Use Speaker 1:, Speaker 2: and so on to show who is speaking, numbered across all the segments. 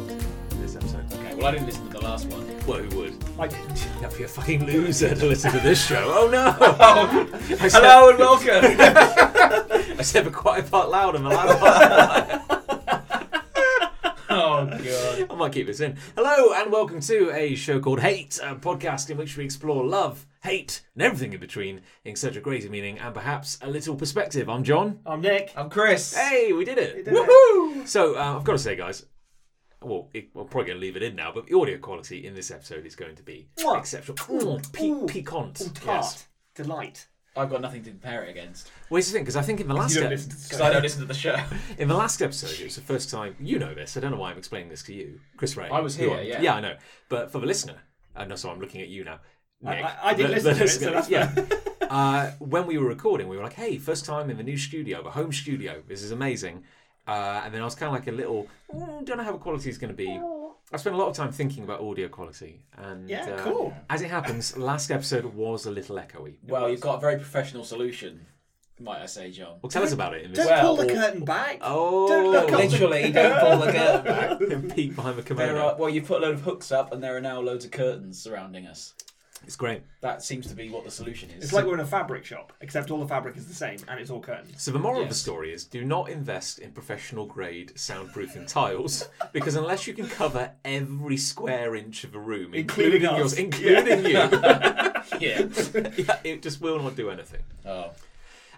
Speaker 1: Okay, well, I didn't listen to the last one.
Speaker 2: Well, who would?
Speaker 1: I That'd be a fucking loser to listen to this show. Oh no! I said,
Speaker 2: Oh. Hello and welcome.
Speaker 1: I said for quite a part loud and the loud part.
Speaker 2: oh god.
Speaker 1: I might keep this in. Hello and welcome to a show called Hate, a podcast in which we explore love, hate, and everything in between in such a greater meaning and perhaps a little perspective. I'm John.
Speaker 3: I'm Nick.
Speaker 2: I'm Chris.
Speaker 1: Hey, we did it!
Speaker 3: did it.
Speaker 1: Woohoo! So uh, I've got to say, guys. Well, it, we're probably going to leave it in now, but the audio quality in this episode is going to be
Speaker 3: Mwah.
Speaker 1: exceptional. Mm, pe-
Speaker 3: Ooh.
Speaker 1: piquant.
Speaker 3: Tart.
Speaker 1: Yes.
Speaker 3: Delight.
Speaker 2: I've got nothing to compare it against
Speaker 1: Well, here's the thing, because I think in the last
Speaker 3: You don't
Speaker 1: ep-
Speaker 3: listen to the
Speaker 2: because I don't listen to the show.
Speaker 1: in the last episode, it was the first time you know this. I don't know why I'm explaining this to you, Chris Ray.
Speaker 2: I was
Speaker 1: who
Speaker 2: here, yeah.
Speaker 1: yeah, I know. But for the listener, uh, no, so I'm looking at you now.
Speaker 3: I-
Speaker 1: Nick,
Speaker 3: I- I did listen to it, so that's
Speaker 1: yeah. uh, when we were recording, we were like, "Hey, first time in the new studio, the home studio. This is amazing." Uh, and then I was kind of like a little, "Mm, don't know how the quality is going to be. I spent a lot of time thinking about audio quality, and
Speaker 3: Yeah,
Speaker 1: uh,
Speaker 3: cool.
Speaker 1: As it happens, last episode was a little echoey.
Speaker 2: well, you've got a very professional solution, might I say, John?
Speaker 1: Well, tell us about it in this.
Speaker 3: Don't
Speaker 2: Well,
Speaker 3: pull the
Speaker 2: or-
Speaker 3: curtain back.
Speaker 1: Oh,
Speaker 3: Don't look up.
Speaker 2: Literally, don't pull the curtain back.
Speaker 1: peek behind the
Speaker 2: There
Speaker 1: kimono.
Speaker 2: are, well, you put a load of hooks up, and there are now loads of curtains surrounding us.
Speaker 1: It's great.
Speaker 2: That seems to be what the solution is.
Speaker 3: It's like we're in a fabric shop, except all the fabric is the same and it's all curtains.
Speaker 1: So the moral of the
Speaker 2: Yes.
Speaker 1: story is: do not invest in professional grade soundproofing tiles because unless you can cover every square inch of a room, including,
Speaker 3: Including us.
Speaker 1: yours, including
Speaker 2: yeah.
Speaker 1: you, yeah, it just will not do anything.
Speaker 2: Oh,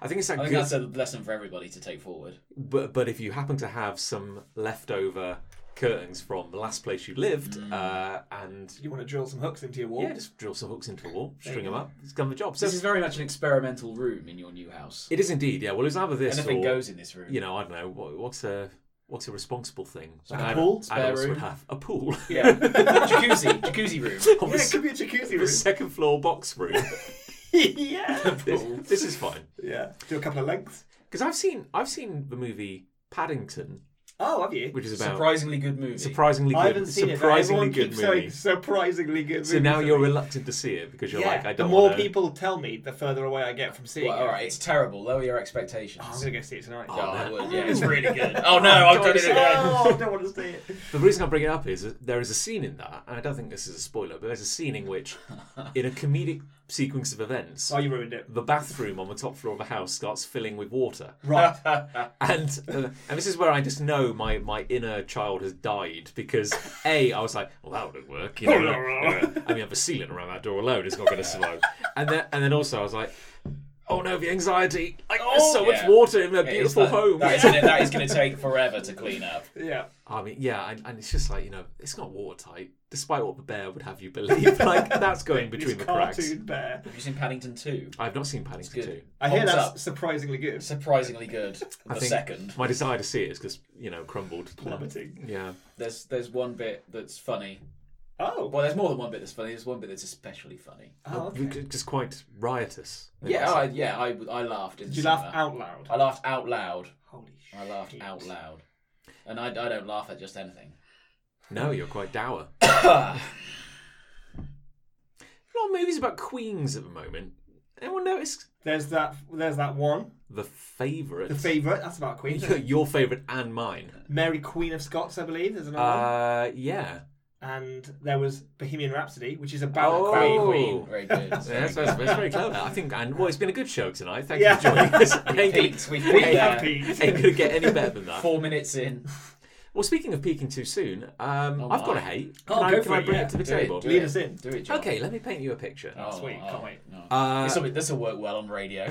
Speaker 1: I think it's that
Speaker 2: I think
Speaker 1: good.
Speaker 2: that's a lesson for everybody to take forward.
Speaker 1: But but if you happen to have some leftover curtains from the last place you lived,
Speaker 2: Mm.
Speaker 1: uh, and
Speaker 3: You want to drill some hooks into your wall?
Speaker 1: yeah, just drill some hooks into the wall, string them up, it's done the job. So
Speaker 2: This is very much an experimental room in your new house.
Speaker 1: it is indeed. Yeah. Well, it's either this
Speaker 2: Anything
Speaker 1: or
Speaker 2: goes in this room.
Speaker 1: you know, I don't know what, what's a what's a responsible thing.
Speaker 3: Like a
Speaker 1: Ad-
Speaker 3: pool?
Speaker 2: Spare
Speaker 1: Adults would
Speaker 2: room?
Speaker 1: have a pool.
Speaker 2: Yeah. jacuzzi, jacuzzi room.
Speaker 1: On
Speaker 3: Yeah,
Speaker 1: the
Speaker 3: it could be a jacuzzi
Speaker 1: the
Speaker 3: room.
Speaker 1: second floor box room.
Speaker 3: yeah.
Speaker 1: this, this is fine
Speaker 3: Yeah. Do a couple of legs.
Speaker 1: because I've seen I've seen the movie Paddington,
Speaker 3: Oh, have you?
Speaker 1: which is about
Speaker 2: Surprisingly good movie.
Speaker 1: surprisingly good,
Speaker 3: I haven't seen it. but
Speaker 1: surprisingly
Speaker 3: everyone
Speaker 1: good
Speaker 3: keeps
Speaker 1: movie.
Speaker 3: saying surprisingly good.
Speaker 1: so
Speaker 3: movie
Speaker 1: now
Speaker 3: to
Speaker 1: you're
Speaker 3: me.
Speaker 1: reluctant to see it because you're
Speaker 3: yeah.
Speaker 1: like, I don't.
Speaker 3: The more
Speaker 1: wanna...
Speaker 3: people tell me, the further away I get from seeing
Speaker 2: Well,
Speaker 3: it.
Speaker 2: all right, it's terrible. Lower your expectations.
Speaker 3: I'm gonna go see it tonight.
Speaker 2: Oh,
Speaker 1: Oh,
Speaker 2: I
Speaker 1: no.
Speaker 2: would, yeah, it's really good. Oh no, I've done it again.
Speaker 3: Oh, I don't want to see it.
Speaker 1: The reason I bring it up is that there is a scene in that, and I don't think this is a spoiler, but there's a scene in which, in a comedic sequence of events,
Speaker 3: Oh, you ruined it.
Speaker 1: the bathroom on the top floor of the house starts filling with water.
Speaker 3: Right.
Speaker 1: and uh, and this is where I just know my my inner child has died because a I was like, well, that wouldn't work. You know, like, I mean, the ceiling around that door alone is not going to survive. And then and then also I was like, oh no, the anxiety. Like, there's so much
Speaker 2: Oh, Yeah.
Speaker 1: water in their
Speaker 2: It is
Speaker 1: beautiful
Speaker 2: that-
Speaker 1: home.
Speaker 2: That is, gonna, that is going to take forever to clean up.
Speaker 3: yeah.
Speaker 1: I mean, yeah, and, and it's just like you know, it's not watertight, despite what the bear would have you believe. Like that's going between
Speaker 3: This
Speaker 1: the cracks.
Speaker 3: cartoon bear.
Speaker 2: Have you seen Paddington Two?
Speaker 1: I've not seen Paddington
Speaker 2: good.
Speaker 1: Two.
Speaker 3: I hear
Speaker 2: Thumbs
Speaker 3: that's
Speaker 2: up.
Speaker 3: surprisingly good.
Speaker 2: Surprisingly good.
Speaker 1: I
Speaker 2: The
Speaker 1: think
Speaker 2: second.
Speaker 1: my desire to see it is because you know crumbled.
Speaker 3: Plummeting.
Speaker 1: Yeah.
Speaker 2: There's there's one bit that's funny.
Speaker 3: Oh.
Speaker 2: Well, there's more than one bit that's funny. There's one bit that's especially funny.
Speaker 3: oh okay.
Speaker 1: It's Just quite riotous.
Speaker 2: Yeah, I, yeah, I, I laughed. In
Speaker 3: Did you
Speaker 2: cinema.
Speaker 3: laugh out loud?
Speaker 2: I laughed out loud.
Speaker 3: Holy shit.
Speaker 2: I laughed out loud. And I, I don't laugh at just anything.
Speaker 1: No, you're quite dour. A lot of movies about queens at the moment. Anyone notice
Speaker 3: There's that. There's that one.
Speaker 1: the favourite?
Speaker 3: The favorite. That's about Queen. isn't it?
Speaker 1: Your favourite and mine.
Speaker 3: Mary Queen of Scots, I believe. There's another
Speaker 2: Ah.
Speaker 3: one.
Speaker 1: Uh, yeah.
Speaker 3: And there was Bohemian Rhapsody, which is about
Speaker 1: Oh.
Speaker 3: a
Speaker 2: Very
Speaker 3: queen.
Speaker 2: queen. Very good. It's
Speaker 1: Yeah,
Speaker 2: very
Speaker 1: That's,
Speaker 2: good.
Speaker 1: that's, that's very clever. I think, and well, it's been a good show tonight. Thank you
Speaker 3: Yeah.
Speaker 1: for joining us.
Speaker 2: We
Speaker 1: ain't gonna,
Speaker 2: peaked. We
Speaker 3: We
Speaker 2: peaked
Speaker 3: have
Speaker 2: there.
Speaker 3: peas.
Speaker 1: ain't gonna get any better than that.
Speaker 2: Four minutes in.
Speaker 1: Well, speaking of peaking too soon, um,
Speaker 2: Oh,
Speaker 1: I've got
Speaker 2: my.
Speaker 1: a hate. Can
Speaker 2: Oh,
Speaker 1: I,
Speaker 2: go
Speaker 1: can
Speaker 2: for
Speaker 1: I
Speaker 2: it,
Speaker 1: bring
Speaker 2: yeah.
Speaker 1: it to the
Speaker 2: Do it,
Speaker 1: table?
Speaker 2: do
Speaker 3: Lead
Speaker 2: it.
Speaker 3: us in.
Speaker 2: Do it, John.
Speaker 1: Okay, let me paint you a picture.
Speaker 2: Oh,
Speaker 3: Sweet,
Speaker 2: oh,
Speaker 3: can't wait.
Speaker 2: no.
Speaker 1: Uh,
Speaker 2: This'll be- this'll work well on radio.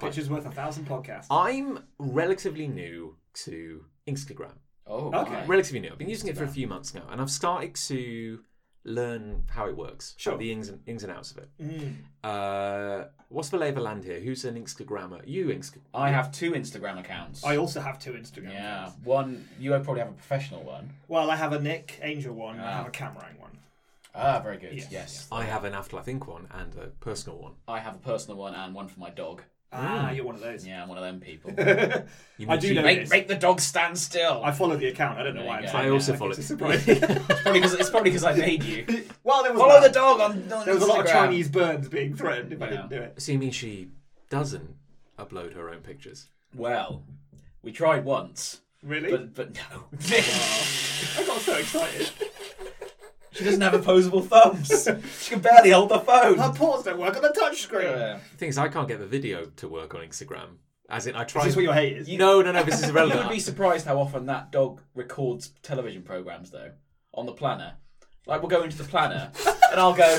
Speaker 3: Which is worth a thousand podcasts.
Speaker 1: I'm relatively new to Instagram.
Speaker 2: Oh,
Speaker 3: Okay.
Speaker 2: my.
Speaker 1: relatively new. I've been using it for a few months now, and I've started to learn how it works,
Speaker 3: Sure.
Speaker 1: the ins and, ins and outs of it.
Speaker 3: Mm.
Speaker 1: Uh, what's the lay of the land here? Who's an Instagrammer? You Insta.
Speaker 2: I have two Instagram accounts.
Speaker 3: I also have two Instagram.
Speaker 2: yeah,
Speaker 3: accounts.
Speaker 2: one. You probably have a professional one.
Speaker 3: Well, I have a Nick Angel one. and I
Speaker 2: Ah.
Speaker 3: have a Camerang one.
Speaker 2: Ah, very good.
Speaker 3: Yes.
Speaker 2: Yes.
Speaker 1: I have an Afterlife Inc. one and a personal one.
Speaker 2: I have a personal one and one for my dog.
Speaker 3: Ah, you're one of those.
Speaker 2: Mm. Yeah, I'm one of them people.
Speaker 1: You
Speaker 3: I do
Speaker 1: you-
Speaker 3: know
Speaker 2: make,
Speaker 3: this.
Speaker 2: make the dog stand still.
Speaker 3: I follow the account. I don't know
Speaker 2: There you
Speaker 3: why. I'm
Speaker 2: go.
Speaker 3: saying
Speaker 1: I
Speaker 3: that,
Speaker 1: also
Speaker 3: like,
Speaker 1: follow
Speaker 3: It's a
Speaker 1: it.
Speaker 3: surprise.
Speaker 2: Probably 'cause- it's probably because I made you.
Speaker 3: well, there was
Speaker 2: Follow
Speaker 3: that.
Speaker 2: the dog on. on
Speaker 3: There was a lot of
Speaker 2: Instagram.
Speaker 3: Chinese burns being threatened if I didn't do it.
Speaker 1: So you mean she doesn't upload her own pictures?
Speaker 2: Well, we tried once,
Speaker 3: Really?
Speaker 2: but but no.
Speaker 3: I got so excited.
Speaker 2: she doesn't have opposable thumbs. She can barely hold the
Speaker 3: Her
Speaker 2: phone.
Speaker 3: paws don't work on the touchscreen.
Speaker 2: Yeah.
Speaker 1: The thing is, I can't get the video to work on Instagram. As in, I
Speaker 3: Is
Speaker 1: try.
Speaker 3: this what your hate is?
Speaker 1: No, no, no. This is
Speaker 2: You
Speaker 1: irrelevant.
Speaker 2: would be surprised how often that dog records television programs, though, on the planner. Like we'll go into the planner, and I'll go,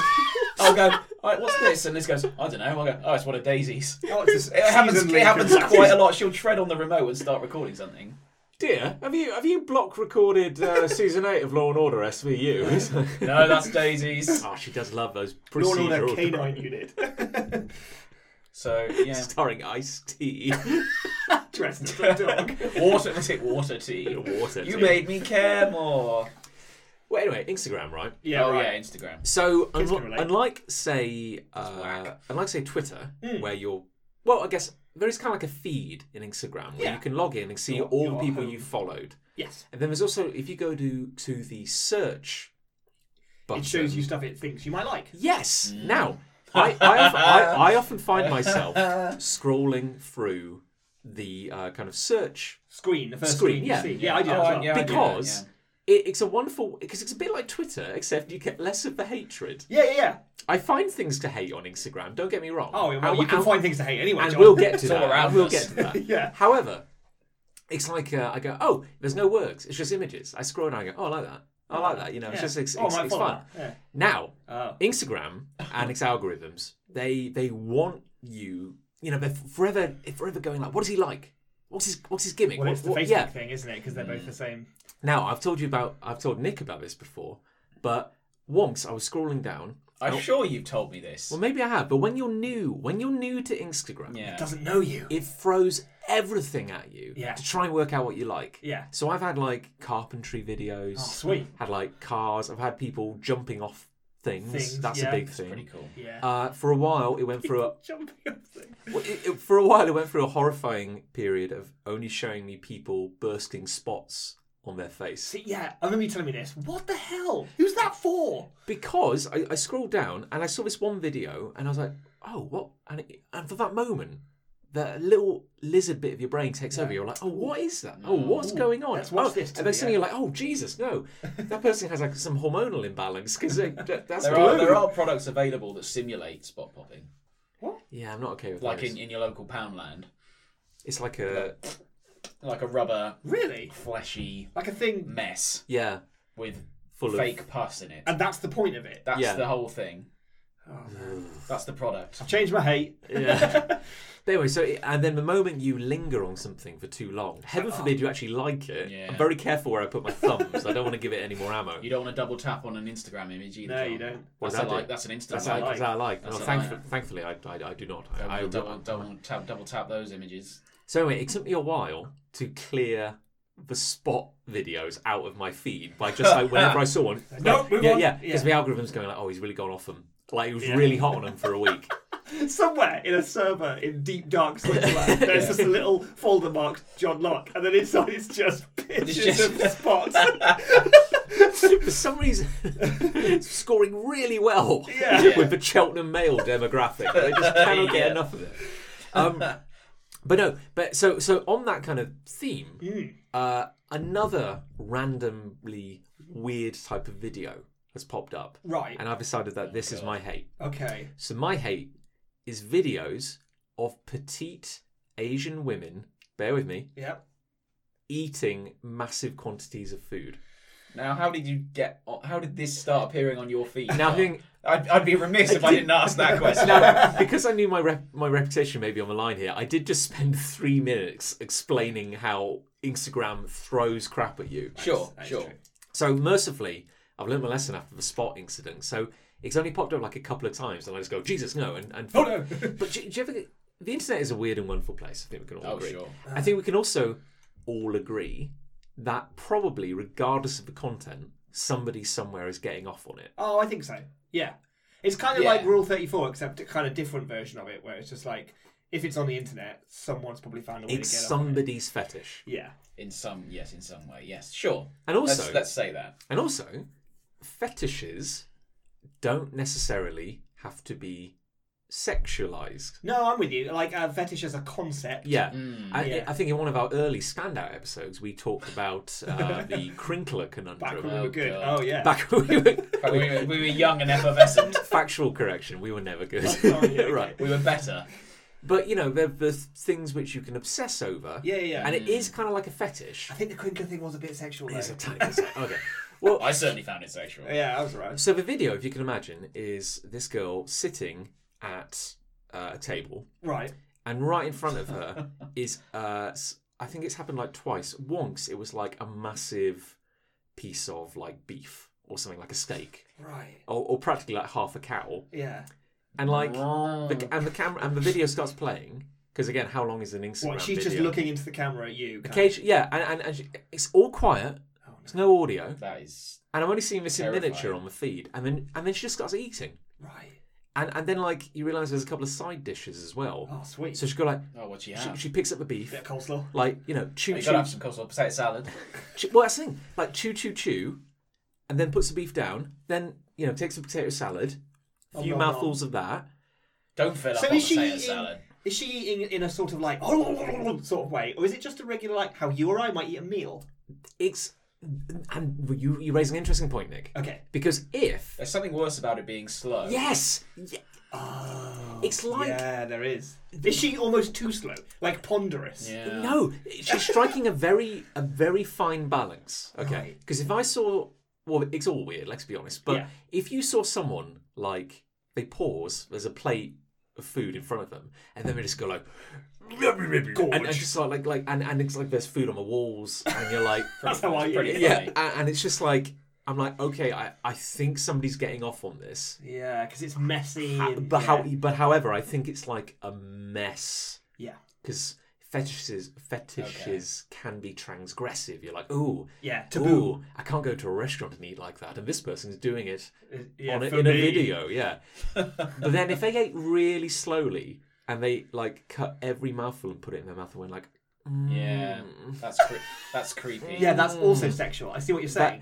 Speaker 2: I'll go. All right, what's this? And this goes, I don't know. I will go, oh, it's one of Daisy's.
Speaker 3: Oh, it's a
Speaker 2: It happens.
Speaker 3: seasonally
Speaker 2: It happens
Speaker 3: confused.
Speaker 2: quite a lot. She'll tread on the remote and start recording something.
Speaker 1: Dear, have you have you block recorded uh, season eight of Law and Order SVU?
Speaker 2: No, that's Daisy's.
Speaker 1: oh, she does love those
Speaker 3: Law and Order
Speaker 1: procedural
Speaker 3: Canine Unit.
Speaker 2: So yeah,
Speaker 1: starring Ice Tea.
Speaker 3: Dressed as a dog.
Speaker 2: water. Was it water tea?
Speaker 1: Water.
Speaker 2: You
Speaker 1: tea.
Speaker 2: made me care more.
Speaker 1: Well, anyway, Instagram, right?
Speaker 3: Yeah,
Speaker 2: oh
Speaker 3: right.
Speaker 2: yeah, Instagram.
Speaker 1: So,
Speaker 3: Kids
Speaker 1: unlo-
Speaker 3: can relate.
Speaker 1: unlike say, uh,
Speaker 2: whack.
Speaker 1: unlike say Twitter,
Speaker 3: Hmm.
Speaker 1: where you're, well, I guess there is kind of like a feed in Instagram where
Speaker 3: Yeah.
Speaker 1: you can log in and see
Speaker 3: Your-
Speaker 1: all the
Speaker 3: your
Speaker 1: people
Speaker 3: home.
Speaker 1: you followed,
Speaker 3: Yes.
Speaker 1: and then there's also if you go to to the search button,
Speaker 3: It shows you Hmm. stuff it thinks you might like.
Speaker 1: Yes. Now, I, I, of- I, I often find myself scrolling through the uh, kind of search
Speaker 3: Screen, the first
Speaker 1: Screen,
Speaker 3: screen,
Speaker 1: yeah.
Speaker 3: you see. Yeah, I do
Speaker 2: Oh,
Speaker 3: that as well.
Speaker 2: yeah. I do that,
Speaker 1: because it, it's a wonderful because it's a bit like Twitter, except you get less of the hatred.
Speaker 3: Yeah, yeah, yeah.
Speaker 1: I find things to hate on Instagram. Don't get me wrong.
Speaker 3: Oh, well,
Speaker 1: And-
Speaker 3: you can
Speaker 1: and-
Speaker 3: find things to hate anyway,
Speaker 1: and
Speaker 3: John.
Speaker 1: we'll get to
Speaker 2: all
Speaker 1: that.
Speaker 2: around
Speaker 1: and we'll
Speaker 2: us.
Speaker 1: get to that.
Speaker 3: Yeah.
Speaker 1: However, it's like uh, I go, oh, there's no words. It's just images. I scroll and I go, oh, I like that. I like that. You know, it's
Speaker 3: Yeah.
Speaker 1: just it's,
Speaker 3: Oh,
Speaker 1: it's,
Speaker 3: my
Speaker 1: it's
Speaker 3: follower.
Speaker 1: fun.
Speaker 3: Yeah.
Speaker 1: Now,
Speaker 3: Oh.
Speaker 1: Instagram and its algorithms, they they want you. You know, they're forever forever going like, what is he like? What's his what's his gimmick?
Speaker 3: Well,
Speaker 1: What-
Speaker 3: it's the
Speaker 1: what-
Speaker 3: Facebook
Speaker 1: yeah. Mm.
Speaker 3: thing, isn't it? Because they're both the same.
Speaker 1: Now, I've told you about I've told Nick about this before, but once I was scrolling down.
Speaker 3: Oh.
Speaker 2: I'm sure you've told me this.
Speaker 1: Well, maybe I have, but when you're new, when you're new to Instagram,
Speaker 2: yeah.
Speaker 3: Doesn't know you.
Speaker 1: it throws everything at you
Speaker 3: Yeah.
Speaker 1: to try and work out what you like.
Speaker 3: Yeah. Oh,
Speaker 1: So I've had like carpentry videos.
Speaker 3: sweet.
Speaker 1: Had like cars. I've had people jumping off things.
Speaker 3: Things,
Speaker 1: That's
Speaker 3: yeah.
Speaker 1: a big
Speaker 3: That's
Speaker 1: thing.
Speaker 2: Pretty cool.
Speaker 3: Yeah.
Speaker 1: Uh, for a while, it went through a
Speaker 3: Jumping up thing.
Speaker 1: well, it, it- for a while. It went through a horrifying period of only showing me people bursting spots on their face
Speaker 3: See, yeah, I remember you telling me this. What the hell? Who's that for?
Speaker 1: because I, I scrolled down and I saw this one video and I was like, oh, what? And it, and for that moment. The little lizard bit of your brain takes over. You're like, oh, what is that? Oh, what's going on?
Speaker 3: let's watch
Speaker 1: Oh,
Speaker 3: this to
Speaker 1: And then
Speaker 3: the
Speaker 1: suddenly you're like, oh, Jesus, no. That person has like some hormonal imbalance because that, that's
Speaker 2: There are
Speaker 1: blue.
Speaker 2: there are products available that simulate spot popping,
Speaker 1: Yeah, I'm not okay with
Speaker 2: like
Speaker 1: those.
Speaker 2: in, in your local Poundland,
Speaker 1: It's like a
Speaker 2: like a rubber
Speaker 3: Really?
Speaker 2: fleshy
Speaker 3: Like a
Speaker 1: Mm.
Speaker 3: thing.
Speaker 2: mess
Speaker 1: yeah,
Speaker 2: with
Speaker 1: full
Speaker 2: fake pus in it.
Speaker 3: And that's the point of it.
Speaker 2: That's
Speaker 1: Yeah.
Speaker 2: the whole thing.
Speaker 3: Oh,
Speaker 2: That's the product.
Speaker 3: Change my hate.
Speaker 1: of yeah. but anyway, so it- and then the moment you linger on something for too long, heaven forbid you actually like it.
Speaker 2: Yeah.
Speaker 1: I'm very careful where I put my thumbs. I don't want to give it any more ammo.
Speaker 2: You don't want to double tap on an Instagram image either.
Speaker 3: No,
Speaker 2: John.
Speaker 3: you don't.
Speaker 1: What's
Speaker 2: That's, a
Speaker 1: that do?
Speaker 2: like, that's an Instagram.
Speaker 1: That's
Speaker 2: like.
Speaker 1: how, that's how I like.
Speaker 2: That's
Speaker 1: well,
Speaker 2: how I
Speaker 1: thankfully, thankfully, I, I, I do not. I,
Speaker 2: Don't
Speaker 1: I,
Speaker 2: double, double, tap, double tap those images.
Speaker 1: So anyway, it took me a while to clear the spot videos out of my feed by just like whenever I saw one.
Speaker 3: Nope, move
Speaker 1: yeah,
Speaker 3: on.
Speaker 1: yeah, because
Speaker 3: Yeah.
Speaker 1: the algorithm's going like, oh, he's really gone off them. Like it was really hot on him for a week.
Speaker 3: Somewhere in a server in deep dark Switzerland, there's just a little folder marked John Locke, and then inside it's just pictures
Speaker 2: It's just-
Speaker 3: of spots.
Speaker 1: for some reason scoring really well
Speaker 3: Yeah.
Speaker 1: with the Cheltenham male demographic. They just cannot get
Speaker 2: Yeah.
Speaker 1: enough of it. Um, but no, but so so on that kind of theme, uh, another randomly weird type of video has popped up,
Speaker 3: right.
Speaker 1: and I've decided that this is my hate.
Speaker 3: Okay.
Speaker 1: So my hate is videos of petite Asian women. Bear with me,
Speaker 3: Yep.
Speaker 1: eating massive quantities of food.
Speaker 2: Now, how did you get? How did this start appearing on your feed?
Speaker 1: Now,
Speaker 2: John?
Speaker 1: thing,
Speaker 2: I'd, I'd be remiss if I didn't ask that question.
Speaker 1: now, because I knew my rep- my reputation may be on the line here, I did just spend three minutes explaining how Instagram throws crap at you.
Speaker 2: sure,
Speaker 3: That is
Speaker 2: sure.
Speaker 3: true.
Speaker 1: So mercifully, I've learned my lesson after the spot incident. So it's only popped up like a couple of times, and I just go, Jesus, no, and and
Speaker 3: Oh no!
Speaker 1: but do, do you ever? get- The internet is a weird and wonderful place. I think we can all
Speaker 2: Oh,
Speaker 1: agree.
Speaker 2: sure.
Speaker 1: I think we can also all agree that probably, regardless of the content, somebody somewhere is getting off on it.
Speaker 3: Oh, I think so. Yeah. It's kind of
Speaker 2: Yeah.
Speaker 3: like Rule 34, except a kind of different version of it, where it's just like, if it's on the internet, someone's probably found a way
Speaker 1: It's
Speaker 3: to get on it.
Speaker 1: somebody's fetish.
Speaker 3: Yeah.
Speaker 2: In some, yes, in some way, yes, sure.
Speaker 1: And also,
Speaker 2: let's, let's say that.
Speaker 1: and also, fetishes don't necessarily have to be sexualized.
Speaker 3: No, I'm with you. Like, uh, fetish as a concept.
Speaker 1: Yeah. I,
Speaker 3: Mm, yeah.
Speaker 1: I think in one of our early standout episodes, we talked about uh, the crinkler
Speaker 3: Back when
Speaker 1: conundrum. Uh,
Speaker 3: we were
Speaker 2: Oh,
Speaker 3: good.
Speaker 2: God.
Speaker 3: Oh, yeah.
Speaker 1: Back when we were.
Speaker 2: But we, were, we were young and effervescent.
Speaker 1: Factual correction, we were never good.
Speaker 3: Oh, sorry, okay.
Speaker 1: right.
Speaker 2: we were better.
Speaker 1: But, you know, there are things which you can obsess over.
Speaker 3: Yeah, yeah, yeah.
Speaker 1: And it is kind of like a fetish.
Speaker 3: I think the Quinker thing was a bit sexual, though.
Speaker 1: It's a tiny bit- okay. Well,
Speaker 2: I certainly found it sexual.
Speaker 3: Yeah, I was right.
Speaker 1: So the video, if you can imagine, is this girl sitting at uh, a table,
Speaker 3: Right.
Speaker 1: and right in front of her is, uh, s- I think it's happened like twice. Once it was like a massive piece of like beef or something like a steak,
Speaker 3: Right.
Speaker 1: or, or practically like half a cow,
Speaker 3: Yeah.
Speaker 1: and like
Speaker 2: Wrong.
Speaker 1: the, and the camera and the video starts playing because again, how long is an Instagram
Speaker 3: What, she's
Speaker 1: video?
Speaker 3: just looking into the camera at you. kind of-
Speaker 1: Occasion- yeah, and, and, and she, it's all quiet. There's no audio,
Speaker 2: that is
Speaker 1: and I'm only seeing this in
Speaker 2: Terrifying.
Speaker 1: miniature on the feed, and then and then she just starts eating.
Speaker 3: Right.
Speaker 1: and and then like you realise there's a couple of side dishes as well.
Speaker 3: Oh, sweet.
Speaker 1: So she got like
Speaker 2: oh, what you
Speaker 1: she,
Speaker 2: have.
Speaker 1: she picks up the beef,
Speaker 3: bit of coleslaw.
Speaker 1: like you know chew
Speaker 2: you
Speaker 1: chew,
Speaker 2: gotta have some coleslaw, potato salad.
Speaker 1: chew. Well, that's the thing. Like chew chew chew, and then puts the beef down. Then you know takes a potato salad, a few
Speaker 3: nom, nom.
Speaker 1: mouthfuls of that.
Speaker 2: Don't fill
Speaker 3: So
Speaker 2: up on
Speaker 3: is she
Speaker 2: potato
Speaker 3: eating?
Speaker 2: salad.
Speaker 3: Is she eating in a sort of like oh sort of way, or is it just a regular like how you or I might eat a meal?
Speaker 1: It's and you you raise an interesting point, Nick,
Speaker 3: Okay.
Speaker 1: because if
Speaker 2: There's something worse about it being slow.
Speaker 1: yes, y-
Speaker 3: Oh,
Speaker 1: It's like-
Speaker 3: yeah, there is. Is she almost too slow, like ponderous?
Speaker 2: Yeah.
Speaker 1: no, she's striking a very a very fine balance. Okay,
Speaker 3: Right.
Speaker 1: because if I saw well, it's all weird. Let's be honest, but
Speaker 3: Yeah.
Speaker 1: if you saw someone like they pause, there's a plate of food in front of them, and then they just go like. And, and just like, like, like, and, and it's like there's food on the walls, and you're like,
Speaker 3: That's how I eat.
Speaker 2: Pretty
Speaker 3: it.
Speaker 1: yeah,
Speaker 2: funny.
Speaker 1: and, and it's just like, I'm like, okay, I, I think somebody's getting off on this,
Speaker 3: Yeah, because it's messy. And,
Speaker 1: but
Speaker 3: yeah.
Speaker 1: how, but however, I think it's like a mess
Speaker 3: Yeah,
Speaker 1: because fetishes fetishes can be transgressive. You're like, ooh,
Speaker 3: yeah, taboo.
Speaker 1: ooh, I can't go to a restaurant and eat like that, and this person's doing it
Speaker 3: Uh, yeah,
Speaker 1: on a,
Speaker 3: for
Speaker 1: in a
Speaker 3: me.
Speaker 1: video, yeah. but then if they ate really slowly and they like cut every mouthful and put it in their mouth and went like,
Speaker 2: Yeah.
Speaker 1: mm,
Speaker 2: That's cre- that's creepy.
Speaker 3: Yeah, that's also sexual. I see what you're
Speaker 1: Hmm. that-
Speaker 3: saying.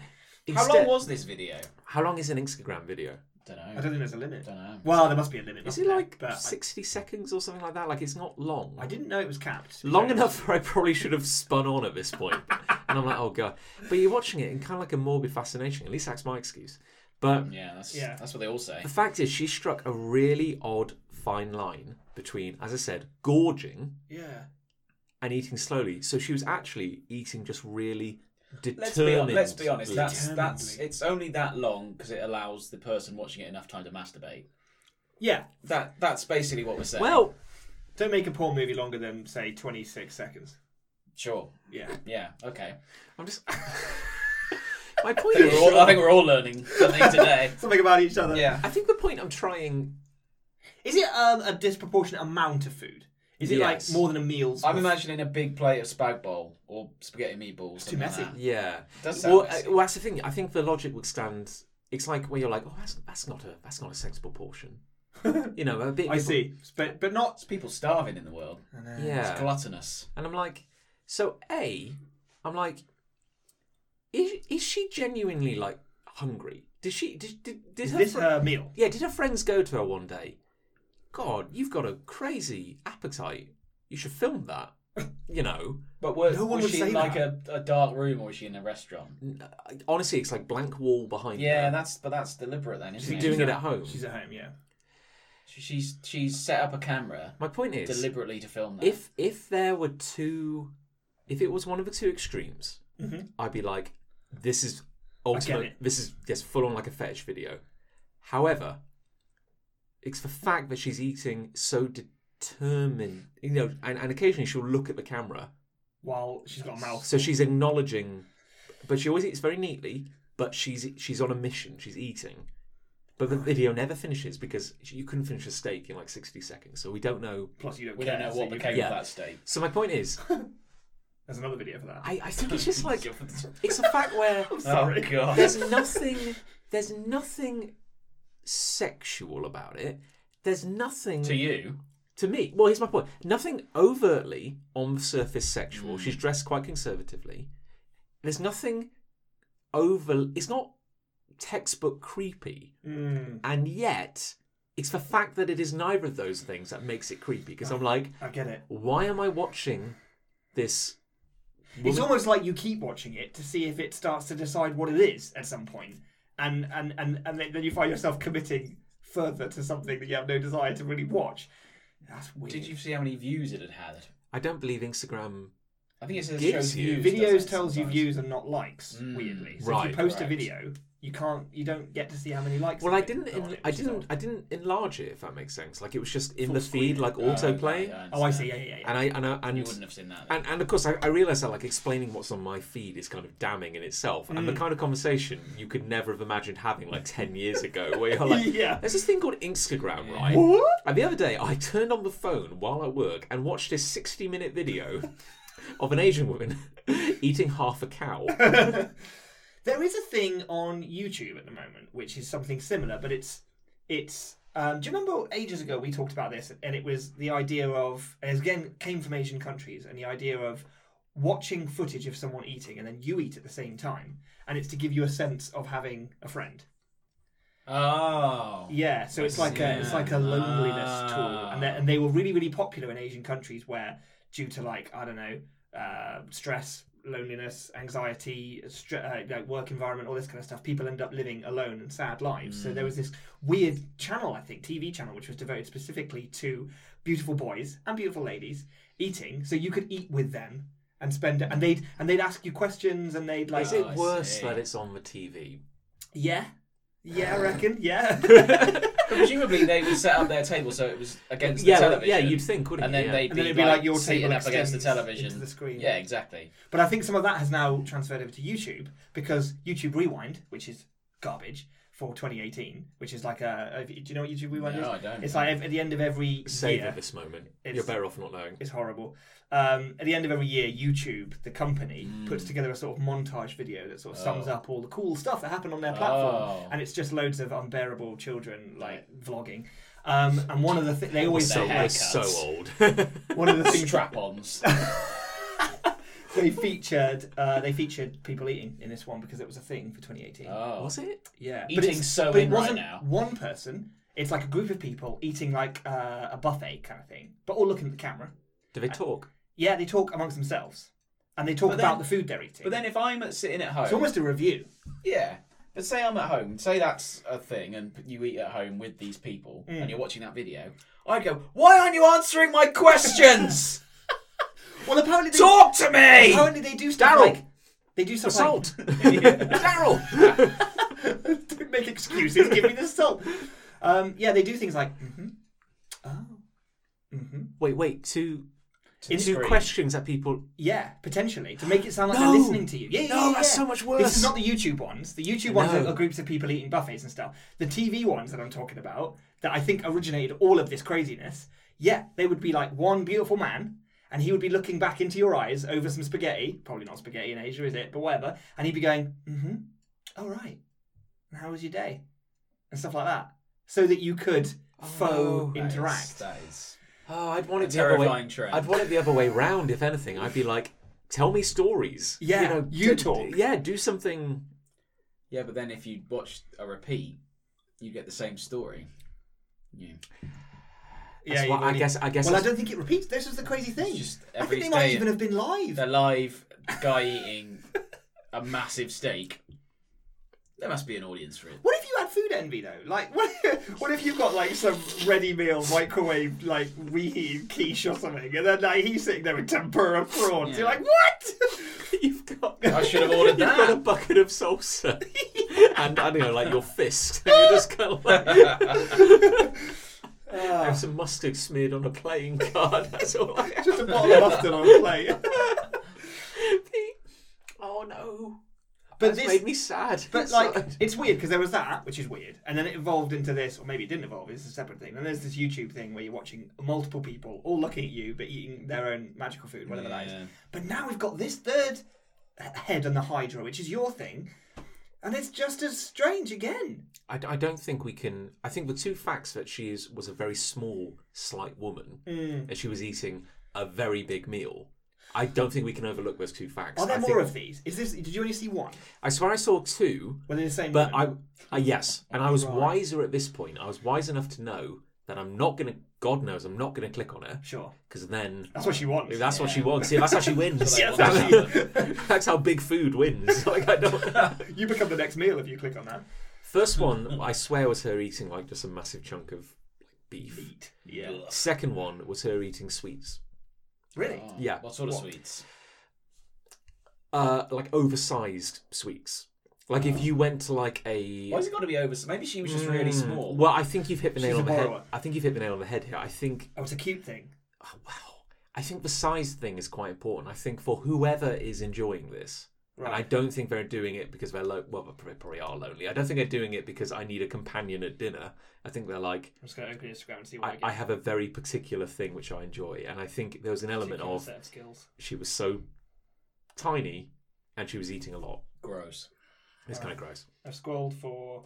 Speaker 2: How
Speaker 1: instead-
Speaker 2: long was this video?
Speaker 1: how long is an Instagram video?
Speaker 2: Don't know.
Speaker 3: I don't think there's a limit.
Speaker 2: Don't know.
Speaker 3: Well, there must be a limit.
Speaker 1: Is
Speaker 3: mustn't
Speaker 1: it
Speaker 3: there?
Speaker 1: like
Speaker 3: But I-
Speaker 1: sixty seconds or something like that? Like it's not long.
Speaker 3: I, didn't know it was capped.
Speaker 1: long enough where I probably should have spun on at this point. and I'm like, oh god. But you're watching it in kind of like a morbid fascination. At least that's my excuse. But
Speaker 2: Mm, Yeah, that's
Speaker 3: Yeah.
Speaker 2: that's what they all say.
Speaker 1: the fact is, she struck a really odd fine line between, as I said, gorging
Speaker 3: Yeah.
Speaker 1: and eating slowly. So she was actually eating just really determined.
Speaker 2: Let's be, hon- let's be honest. That's that's
Speaker 3: Determinedly.
Speaker 2: it's only that long because it allows the person watching it enough time to masturbate.
Speaker 3: Yeah.
Speaker 2: That that's basically what we're saying.
Speaker 1: well,
Speaker 3: Don't make a porn movie longer than say 26 seconds.
Speaker 2: sure.
Speaker 3: Yeah.
Speaker 2: Yeah. Okay.
Speaker 1: I'm just. My point
Speaker 2: I
Speaker 1: is,
Speaker 2: think, we're all, I think we're all learning something today.
Speaker 3: Something about each other.
Speaker 2: yeah.
Speaker 1: I think the point I'm trying.
Speaker 3: Is it um, a disproportionate amount of food? Is it
Speaker 1: Yes.
Speaker 3: like more than a meal's?
Speaker 2: I'm
Speaker 3: worth?
Speaker 2: imagining a big plate of spag bowl or spaghetti meatballs.
Speaker 3: too
Speaker 2: something like
Speaker 3: messy.
Speaker 2: that.
Speaker 1: Yeah.
Speaker 2: Does sound
Speaker 1: Well, uh,
Speaker 2: messy.
Speaker 1: well, that's the thing. I think the logic would stand. It's like where you're like, oh, that's, that's not a that's not a sensible portion. you know, a bit.
Speaker 3: I see, but but not.
Speaker 2: There's people starving in the world. It's
Speaker 1: Yeah.
Speaker 2: gluttonous.
Speaker 1: And I'm like, so a, I'm like, is is she genuinely like hungry? Did she did did, did
Speaker 3: Is
Speaker 1: her
Speaker 3: this
Speaker 1: fri-
Speaker 3: her meal?
Speaker 1: Yeah, did her friends go to her one day? God, you've got a crazy appetite. You should film that. You know,
Speaker 2: But were,
Speaker 3: No one
Speaker 2: was
Speaker 3: would
Speaker 2: she
Speaker 3: say
Speaker 2: in like a,
Speaker 3: that.
Speaker 2: a dark room or was she in a restaurant?
Speaker 1: N- I- honestly, it's like blank wall behind.
Speaker 2: Yeah,
Speaker 1: her.
Speaker 2: that's but that's deliberate then, isn't
Speaker 1: She's
Speaker 2: it?
Speaker 1: doing it at home.
Speaker 3: She's at home. Yeah.
Speaker 2: She's she's set up a camera
Speaker 1: My point is,
Speaker 2: deliberately to film that.
Speaker 1: if if there were two, if it was one of the two extremes,
Speaker 3: Mm-hmm.
Speaker 1: I'd be like, this is ultimate.
Speaker 3: it.
Speaker 1: This is yes, full on like a fetish video. However, it's the fact that she's eating so determined, you know, and, and occasionally she'll look at the camera,
Speaker 3: While she's got a mouth.
Speaker 1: so she's acknowledging, but she always eats very neatly. but she's she's on a mission. She's eating, but the video never finishes because you couldn't finish a steak in like sixty seconds. So we don't know.
Speaker 3: Plus, you don't
Speaker 2: We
Speaker 3: care.
Speaker 2: don't know
Speaker 3: so
Speaker 2: what
Speaker 3: you-
Speaker 2: became
Speaker 1: Yeah.
Speaker 2: of that steak.
Speaker 1: So my point is,
Speaker 3: There's another video for that.
Speaker 1: I, I think it's just like it's a fact where
Speaker 3: Sorry.
Speaker 2: Oh, God.
Speaker 1: there's nothing there's nothing sexual about it. There's nothing
Speaker 2: to you,
Speaker 1: to me, well, here's my point. Nothing overtly on the surface sexual. She's
Speaker 3: Mm.
Speaker 1: dressed quite conservatively. There's nothing over. It's not textbook creepy,
Speaker 3: Mm,
Speaker 1: and yet it's the fact that it is neither of those things that makes it creepy. Because I'm like,
Speaker 3: I get it.
Speaker 1: why am I watching this?
Speaker 3: It's almost like you keep watching it to see if it starts to decide what it is at some point, and and and and then then you find yourself committing further to something that you have no desire to really watch. That's weird.
Speaker 2: did you see how many views it had had?
Speaker 1: I don't believe Instagram.
Speaker 2: I think it says
Speaker 1: Gives
Speaker 2: shows
Speaker 1: you-
Speaker 2: views. doesn't Mm,
Speaker 3: videos
Speaker 2: it,
Speaker 3: tells you
Speaker 2: sometimes?
Speaker 3: views and not likes weirdly so if
Speaker 1: Right.
Speaker 3: you post a
Speaker 2: Correct.
Speaker 3: video you can't you don't get to see how many likes
Speaker 1: Well,
Speaker 3: it
Speaker 1: I
Speaker 3: gets
Speaker 1: didn't.
Speaker 3: on
Speaker 1: En-
Speaker 3: it,
Speaker 1: I
Speaker 3: which is
Speaker 1: didn't.
Speaker 3: odd.
Speaker 1: I didn't enlarge it. If that makes sense. Like it was just in
Speaker 3: Full
Speaker 1: the
Speaker 3: screen.
Speaker 1: feed, like
Speaker 2: Oh, okay,
Speaker 1: autoplay.
Speaker 2: yeah,
Speaker 3: oh i see
Speaker 2: understand.
Speaker 3: yeah yeah yeah
Speaker 1: And I and I and
Speaker 2: You wouldn't have seen that.
Speaker 1: And, and of course, I, I realise that like explaining what's on my feed is kind of damning in itself, and
Speaker 2: Mm.
Speaker 1: the kind of conversation you could never have imagined having like ten years ago, where you're like,
Speaker 3: Yeah.
Speaker 1: "There's this thing called Instagram, right?"
Speaker 3: What?
Speaker 1: And the other day, I turned on the phone while at work and watched this sixty-minute video of an Asian woman eating half a cow.
Speaker 3: There is a thing on YouTube at the moment which is something similar, but it's it's. Um, do you remember ages ago we talked about this, and it was the idea of and it again came from Asian countries, and the idea of watching footage of someone eating and then you eat at the same time, and it's to give you a sense of having a friend.
Speaker 2: Oh.
Speaker 3: Yeah, so it's like a it's
Speaker 2: Yeah.
Speaker 3: like a loneliness tool, and they
Speaker 2: Ah.
Speaker 3: and they were really really popular in Asian countries where due to like I don't know uh, stress, loneliness, anxiety, stre- uh, like work environment, all this kind of stuff, people end up living alone and sad lives. So
Speaker 1: Mm.
Speaker 3: there was this weird channel I think TV channel which was devoted specifically to beautiful boys and beautiful ladies eating, so you could eat with them and spend and they'd and they'd ask you questions and they'd like
Speaker 1: Is it
Speaker 2: Oh, I
Speaker 1: worse
Speaker 2: see.
Speaker 1: that it's on the TV?
Speaker 3: yeah yeah I reckon yeah.
Speaker 2: But presumably they would set up their table so it was against the
Speaker 1: yeah, well,
Speaker 2: television.
Speaker 1: yeah, you'd think, wouldn't
Speaker 2: And
Speaker 1: you? Yeah.
Speaker 2: then they'd
Speaker 3: And
Speaker 2: be,
Speaker 3: then it'd be like your
Speaker 2: seated
Speaker 3: table
Speaker 2: up against the
Speaker 3: extends
Speaker 2: television.
Speaker 3: into the screen.
Speaker 2: Yeah, exactly.
Speaker 3: But I think some of that has now transferred over to YouTube because YouTube Rewind, which is garbage for 2018, which is like a. Do you know what YouTube Rewind
Speaker 2: No,
Speaker 3: is?
Speaker 2: I don't.
Speaker 3: It's like ev- at the end of every
Speaker 1: savor
Speaker 3: year.
Speaker 1: this moment.
Speaker 3: It's-
Speaker 1: You're better off not knowing.
Speaker 3: It's horrible. Um, at the end of every year, YouTube, the company, puts together a sort of montage video that sort of sums
Speaker 2: Mm. Oh.
Speaker 3: up all the cool stuff that happened on their platform,
Speaker 2: Oh.
Speaker 3: and it's just loads of unbearable children like vlogging. Um, and one of the things they always
Speaker 1: So
Speaker 2: their
Speaker 1: we're so
Speaker 3: say,
Speaker 2: haircuts.
Speaker 1: old.
Speaker 3: one of the
Speaker 2: Two
Speaker 3: things
Speaker 2: trap-ons.
Speaker 3: they featured uh, they featured people eating in this one because it was a thing for 2018.
Speaker 2: oh.
Speaker 1: Was it?
Speaker 3: Yeah,
Speaker 2: Eating
Speaker 3: it's-
Speaker 2: so
Speaker 3: but it
Speaker 2: in right
Speaker 3: wasn't
Speaker 2: now.
Speaker 3: One person. It's like a group of people eating like uh, a buffet kind of thing, but all looking at the camera.
Speaker 1: Do they talk?
Speaker 3: Yeah, they talk amongst themselves, and they talk
Speaker 2: But
Speaker 3: about
Speaker 2: then-
Speaker 3: the food they're eating.
Speaker 2: But then if I'm at- sitting at home,
Speaker 3: it's almost a review.
Speaker 2: yeah. But say I'm at home, say that's a thing, and you eat at home with these people,
Speaker 3: Mm.
Speaker 2: and you're watching that video. I go, why aren't you answering my questions?
Speaker 3: Well, apparently they,
Speaker 2: Talk to me.
Speaker 3: apparently they do stuff
Speaker 1: Daryl!
Speaker 3: like they do stuff
Speaker 1: Salt!
Speaker 2: Daryl.
Speaker 3: like don't make excuses. give me the salt. Um, yeah, they do things like mm-hmm, oh, mm-hmm,
Speaker 1: Wait, wait, two
Speaker 2: the
Speaker 1: two
Speaker 2: screen.
Speaker 1: questions that people
Speaker 3: yeah, potentially to make it sound like
Speaker 1: No!
Speaker 3: they're listening to you. Yeah, yeah,
Speaker 1: No,
Speaker 3: yeah,
Speaker 1: that's
Speaker 3: yeah.
Speaker 1: so much
Speaker 3: This
Speaker 1: worse.
Speaker 3: is not the YouTube ones. The YouTube ones
Speaker 1: No.
Speaker 3: are, are groups of people eating buffets and stuff. The TV ones that I'm talking about, that I think originated all of this craziness, yeah, they would be like one beautiful man, and he would be looking back into your eyes over some spaghetti. Probably not spaghetti in Asia, is it? But whatever. And he'd be going, mm hmm, all right. And How was your day? And stuff like that. So that you could faux
Speaker 1: Oh,
Speaker 3: interact.
Speaker 2: That is.
Speaker 1: Oh, I'd want it
Speaker 2: A
Speaker 1: the other way.
Speaker 2: terrifying trend.
Speaker 1: I'd want it the other way round, if anything. I'd be like, tell me stories.
Speaker 3: Yeah,
Speaker 1: you, know,
Speaker 3: you
Speaker 1: do-
Speaker 3: talk.
Speaker 1: Yeah, do something
Speaker 2: Yeah, but then if you watched a repeat, you'd get the same story. Yeah.
Speaker 1: That's what-
Speaker 3: you've
Speaker 1: I
Speaker 3: already-
Speaker 1: guess- I guess
Speaker 3: Well, I
Speaker 1: that's-
Speaker 3: don't think it repeats. This is the crazy thing.
Speaker 2: just
Speaker 3: I
Speaker 2: every
Speaker 3: think they might
Speaker 2: day-
Speaker 3: even have been live.
Speaker 2: The live guy eating a massive steak. There must be an audience for it.
Speaker 3: What if you had food envy though? Like, what if, what if you've got like some ready meal microwave like reheat quiche or something, and then like he's sitting there with tempura prawns? You're
Speaker 2: Yeah.
Speaker 3: like, what?
Speaker 1: you've got
Speaker 2: I should have ordered
Speaker 1: You've got a
Speaker 2: that.
Speaker 1: bucket of salsa. and I don't know, like your fist. And you're just kind of like have some mustard smeared on a playing card. That's all I have.
Speaker 3: Just a bottle of mustard on a plate.
Speaker 1: Oh no.
Speaker 3: But
Speaker 1: That's
Speaker 3: this,
Speaker 1: made me sad.
Speaker 3: but
Speaker 1: It's
Speaker 3: like, it's weird because there was that, which is weird, and then it evolved into this, or maybe it didn't evolve. It's a separate thing. Then there's this YouTube thing where you're watching multiple people all looking at you but eating their own magical food, whatever that is.
Speaker 2: Yeah.
Speaker 3: But now we've got this third h- head on the Hydra, which is your thing, and it's just as strange again.
Speaker 1: I, I don't think we can. I think the two facts that she is was a very small, slight woman,
Speaker 3: Mm.
Speaker 1: and she was eating a very big meal. I don't think we can overlook those two facts.
Speaker 3: Are there
Speaker 1: I,
Speaker 3: more
Speaker 1: think-
Speaker 3: of these? Is this? Did you only see one?
Speaker 1: I swear I saw two,
Speaker 3: Were they the same?
Speaker 1: but I,
Speaker 3: woman?
Speaker 1: I yes, and I was
Speaker 3: Right.
Speaker 1: wiser at this point. I was wise enough to know that I'm not gonna. God knows, I'm not gonna click on her
Speaker 3: sure.
Speaker 1: because then
Speaker 3: That's what she wants.
Speaker 1: that's what she wants. Yeah, that's how she wins.
Speaker 3: Yeah,
Speaker 1: that's,
Speaker 3: that's
Speaker 1: how
Speaker 3: how
Speaker 1: big food wins. Like I don't.
Speaker 3: You become the next meal if you click on that.
Speaker 1: First one, I swear, was her eating like just a massive chunk of like, beef.
Speaker 3: Meat. Yeah.
Speaker 1: Second one was her eating sweets,
Speaker 3: Really?
Speaker 2: Oh,
Speaker 1: Yeah.
Speaker 2: What sort of
Speaker 1: What?
Speaker 2: sweets?
Speaker 1: uh, like oversized sweets. Like if you went to like a
Speaker 2: Why's it got to be over? Maybe she was just really
Speaker 1: Mm.
Speaker 2: small.
Speaker 1: Well, I think you've hit the nail
Speaker 3: She's
Speaker 1: on
Speaker 3: a
Speaker 1: the head.
Speaker 3: borrower.
Speaker 1: I think you've hit the nail on the head here. I think
Speaker 3: Oh, it's a cute thing.
Speaker 1: oh, wow. I think the size thing is quite important. I think for whoever is enjoying this, and I
Speaker 3: Right.
Speaker 1: don't think they're doing it because they're lo- well, they probably are lonely. I don't think they're doing it because I need a companion at dinner. I think they're like,
Speaker 3: I'm just going to open Instagram and see what I,
Speaker 1: I, I have a very particular thing which I enjoy, and I think there was an element
Speaker 3: Particular
Speaker 1: of
Speaker 3: set of skills.
Speaker 1: she was so tiny and she was eating a lot.
Speaker 2: Gross.
Speaker 1: It's kind of gross.
Speaker 3: I've scrolled for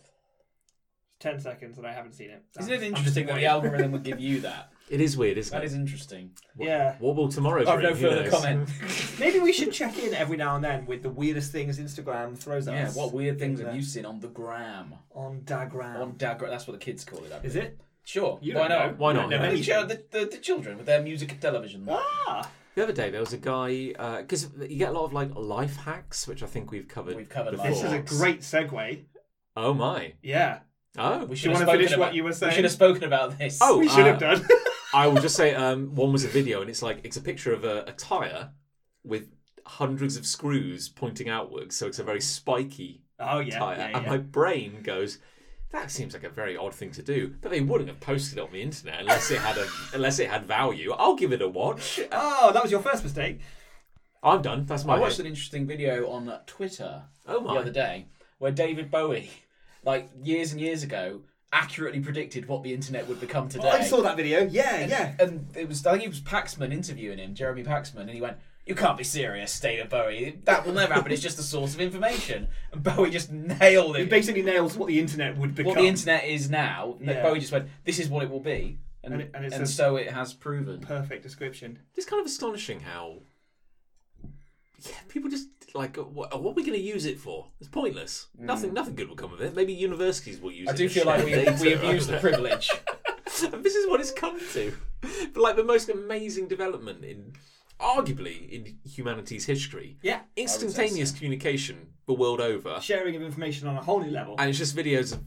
Speaker 3: ten seconds and I haven't seen it.
Speaker 2: Isn't
Speaker 3: I'm-
Speaker 2: it
Speaker 3: I'm
Speaker 2: interesting that the
Speaker 3: disappointed.
Speaker 2: algorithm would give you that?
Speaker 1: It is weird, isn't
Speaker 2: That
Speaker 1: it?
Speaker 2: is interesting.
Speaker 1: What-
Speaker 3: Yeah.
Speaker 1: What will tomorrow
Speaker 2: I
Speaker 1: bring?
Speaker 2: have no
Speaker 1: Who
Speaker 2: further
Speaker 1: knows?
Speaker 2: comment.
Speaker 3: Maybe we should check in every now and then with the weirdest things Instagram throws at
Speaker 2: yeah,
Speaker 3: us.
Speaker 2: what weird things have
Speaker 3: Yeah.
Speaker 2: you seen on the gram?
Speaker 3: on Dagram?
Speaker 2: On Dagra, that's what the kids call it. I
Speaker 3: Is
Speaker 2: believe.
Speaker 3: it?
Speaker 2: Sure.
Speaker 3: You
Speaker 2: Why
Speaker 3: don't
Speaker 2: not?
Speaker 3: know.
Speaker 1: Why
Speaker 3: You
Speaker 1: not?
Speaker 3: don't know
Speaker 2: The,
Speaker 3: anything.
Speaker 2: chi- the, the, the children with their music and television.
Speaker 3: Ah,
Speaker 1: The other day there was a guy because you get a lot of like life hacks, which I think we've covered.
Speaker 2: We've covered
Speaker 1: before.
Speaker 2: life
Speaker 3: this is a great segue.
Speaker 1: Oh my!
Speaker 3: Yeah,
Speaker 1: Oh,
Speaker 2: We
Speaker 3: you
Speaker 2: should
Speaker 3: wanna
Speaker 2: have spoken
Speaker 3: finish
Speaker 2: about,
Speaker 3: what you were
Speaker 2: We
Speaker 3: saying?
Speaker 2: should have spoken about this.
Speaker 1: Oh,
Speaker 3: we should have
Speaker 1: uh,
Speaker 3: done.
Speaker 1: I will just say um, one was a video, and it's like it's a picture of a, a tire with hundreds of screws pointing outwards, so it's a very spiky
Speaker 3: oh yeah,
Speaker 1: tire,
Speaker 3: yeah,
Speaker 1: and
Speaker 3: yeah.
Speaker 1: my brain goes. That seems like a very odd thing to do, but they wouldn't have posted it on the internet unless it had a unless it had value. I'll give it a watch.
Speaker 3: Oh, that was your first mistake.
Speaker 1: I'm done. That's my.
Speaker 2: I watched
Speaker 1: hit.
Speaker 2: an interesting video on Twitter
Speaker 1: Oh
Speaker 2: the
Speaker 1: my!
Speaker 2: other day where David Bowie, like years and years ago, accurately predicted what the internet would become today.
Speaker 3: I saw that video. Yeah, yeah.
Speaker 2: And it was, I think it was Paxman interviewing him, Jeremy Paxman, and he went, You can't be serious, David Bowie. That will never happen. It's just a source of information. And Bowie just nailed
Speaker 3: He
Speaker 2: it.
Speaker 3: basically nails what the internet would become.
Speaker 2: What the internet is now,
Speaker 3: Yeah.
Speaker 2: Bowie just went, This is what it will be. And,
Speaker 3: And
Speaker 2: and,
Speaker 3: it- and it's a-
Speaker 2: so it has proven.
Speaker 3: Perfect description.
Speaker 1: It's kind of astonishing how yeah, people just like what, what are we going to use it for? It's pointless. Nothing, nothing good will come of it. Maybe universities will use
Speaker 2: Hmm. I
Speaker 1: it.
Speaker 2: do
Speaker 1: to
Speaker 2: feel like we,
Speaker 1: share data,
Speaker 2: we abuse the
Speaker 1: right?
Speaker 2: privilege.
Speaker 1: this is what it's come to. But like the most amazing development in arguably in humanity's history,
Speaker 3: Yeah,
Speaker 1: instantaneous communication the world over,
Speaker 3: sharing of information on a whole new level.
Speaker 1: and it's just videos of,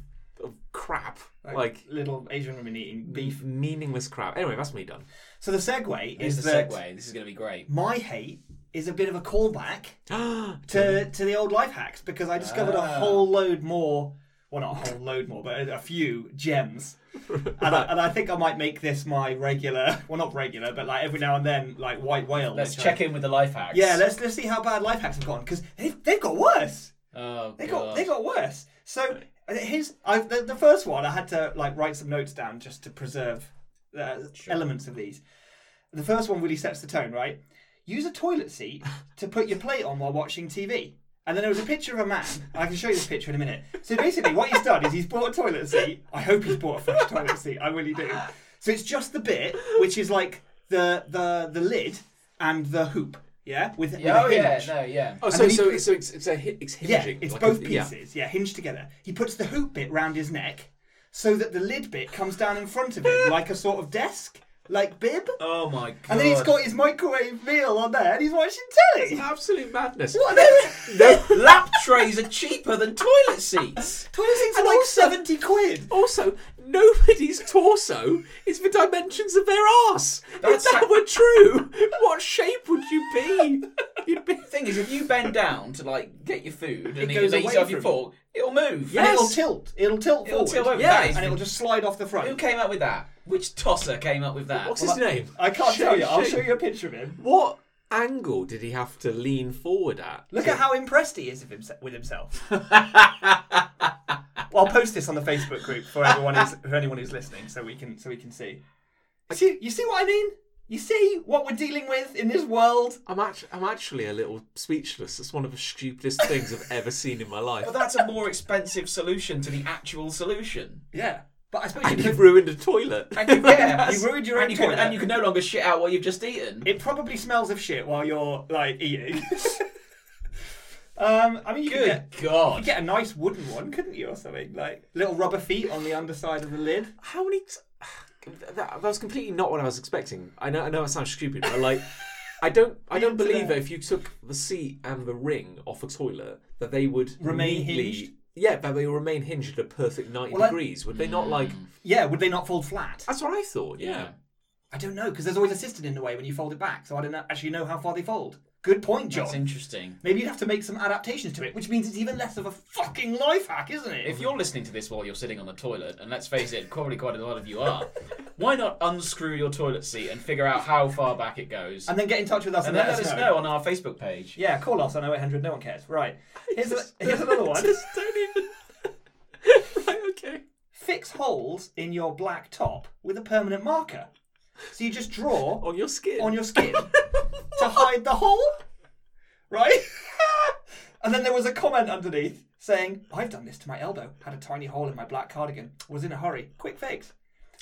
Speaker 1: of crap, like,
Speaker 3: little Asian women eating beef.
Speaker 1: meaningless crap. Anyway, that's me done.
Speaker 3: So the segue
Speaker 2: It's
Speaker 3: is
Speaker 2: Mm-hmm. the
Speaker 3: that
Speaker 2: segue. This is going to be great.
Speaker 3: my hate is a bit of a callback
Speaker 1: Ah,
Speaker 3: to to the old life hacks because I discovered a
Speaker 2: Ah.
Speaker 3: whole load more. Well, not a whole load more, but a, a few gems. And I, and I think I might make this my regular. Well, not regular, but like every now and then, like white whale.
Speaker 2: Let's
Speaker 3: which I-
Speaker 2: check in with the life hacks.
Speaker 3: Yeah, let's let's see how bad life hacks have gone because they've, they've got worse.
Speaker 2: Oh,
Speaker 3: They
Speaker 2: God.
Speaker 3: got they got worse. So uh, here's I, the, the first one. I had to like write some notes down just to preserve uh, elements of these. The first one really sets the tone, right? Use a toilet seat to put your plate on while watching TV. And then there was a picture of a man. I can show you this picture in a minute. So basically, what he's done is he's bought a toilet seat. I hope he's bought a fresh toilet seat. I really do. So it's just the bit which is like the the the lid and the hoop, yeah, with, with
Speaker 2: Yeah,
Speaker 3: a
Speaker 2: oh,
Speaker 3: hinge.
Speaker 2: yeah, no, yeah.
Speaker 1: oh, so
Speaker 3: then he
Speaker 1: so,
Speaker 3: put-
Speaker 1: so it's it's a hi- it's
Speaker 3: Yeah,
Speaker 1: hinging.
Speaker 3: it's
Speaker 1: like a-
Speaker 3: both
Speaker 1: yeah.
Speaker 3: pieces. Yeah. hinged together. He puts the hoop bit round his neck so that the lid bit comes down in front of him like a sort of desk, like bib.
Speaker 2: Oh my god.
Speaker 3: And then he's got his microwave meal on there and he's watching telly.
Speaker 1: Absolute madness.
Speaker 3: What? the-
Speaker 1: No.
Speaker 2: Lap trays are cheaper than toilet seats.
Speaker 3: Toilet seats are
Speaker 1: And
Speaker 3: like
Speaker 1: also-
Speaker 3: seventy quid.
Speaker 1: Also, nobody's torso is the dimensions of their ass. If
Speaker 2: That's
Speaker 1: that
Speaker 2: so-
Speaker 1: were true, what shape would you be? You'd be.
Speaker 2: Thing is, if you bend down to like get your food and
Speaker 3: It
Speaker 2: it
Speaker 3: goes
Speaker 2: goes
Speaker 3: away
Speaker 2: off your
Speaker 3: from
Speaker 2: fork, it'll move.
Speaker 3: And it'll
Speaker 1: Yes.
Speaker 3: tilt. It'll tilt
Speaker 2: It'll
Speaker 3: forward.
Speaker 2: tilt over.
Speaker 3: Yeah,
Speaker 2: That is-
Speaker 3: and it'll just slide off the
Speaker 2: Who
Speaker 3: front.
Speaker 2: came up with that? Which tosser came up with that?
Speaker 1: What's his name?
Speaker 3: I can't
Speaker 1: Shame,
Speaker 3: tell you. I'll
Speaker 1: shame.
Speaker 3: show you a picture of him.
Speaker 1: What angle did he have to lean forward at?
Speaker 3: Look at how impressed he is of himse- with himself. well, I'll post this on the Facebook group for everyone who's, for anyone who's listening, so we can so we can see. See, you see what I mean? You see what we're dealing with in this world?
Speaker 1: I'm actually, I'm actually a little speechless. It's one of the stupidest things I've ever seen in my life.
Speaker 2: But that's a more expensive solution to the actual solution.
Speaker 3: Yeah, but I suppose you
Speaker 1: And you've
Speaker 3: could.
Speaker 1: ruined a toilet.
Speaker 3: And you, yeah, you ruined your own
Speaker 2: and you can,
Speaker 3: toilet.
Speaker 2: and you can no longer shit out what you've just eaten.
Speaker 3: It probably smells of shit while you're like eating. um, I mean, you could
Speaker 2: Good
Speaker 3: get, you could
Speaker 2: God!
Speaker 3: get a nice wooden one, couldn't you, or something like little rubber feet on the underside of the lid?
Speaker 1: How many? That, that was completely not what I was expecting. I know, I know, it sounds stupid, but like, I don't, I don't believe that if you took the seat and the ring off a toilet, that they would
Speaker 3: Remain
Speaker 1: neatly-
Speaker 3: hinged?
Speaker 1: Yeah, that they would remain hinged at a perfect ninety
Speaker 3: Well, I- Mm.
Speaker 1: degrees. Would they not like?
Speaker 3: Yeah, would they not fold flat?
Speaker 1: That's what I thought. Yeah.
Speaker 2: Yeah.
Speaker 3: I don't know because there's always a system in the way when you fold it back, so I don't actually know how far they fold. Good point,
Speaker 2: That's
Speaker 3: John.
Speaker 2: interesting.
Speaker 3: Maybe you'd have to make some adaptations to it, which means it's even less of a fucking life hack, isn't it?
Speaker 2: If you're listening to this while you're sitting on the toilet, and let's face it, probably quite a lot of you are, why not unscrew your toilet seat and figure out how far back it goes? And,
Speaker 3: and then get in touch with us and,
Speaker 2: then let us know on our Facebook page.
Speaker 3: Yeah, call us on 0800. No one cares. Right. Here's, a, here's another one.
Speaker 1: Just don't even. right, okay.
Speaker 3: Fix holes in your black top with a permanent marker. So you just draw
Speaker 1: On your skin.
Speaker 3: on your skin to hide the hole, right? and then there was a comment underneath saying, "I've done this to my elbow. Had a tiny hole in my black cardigan. Was in a hurry. Quick fix."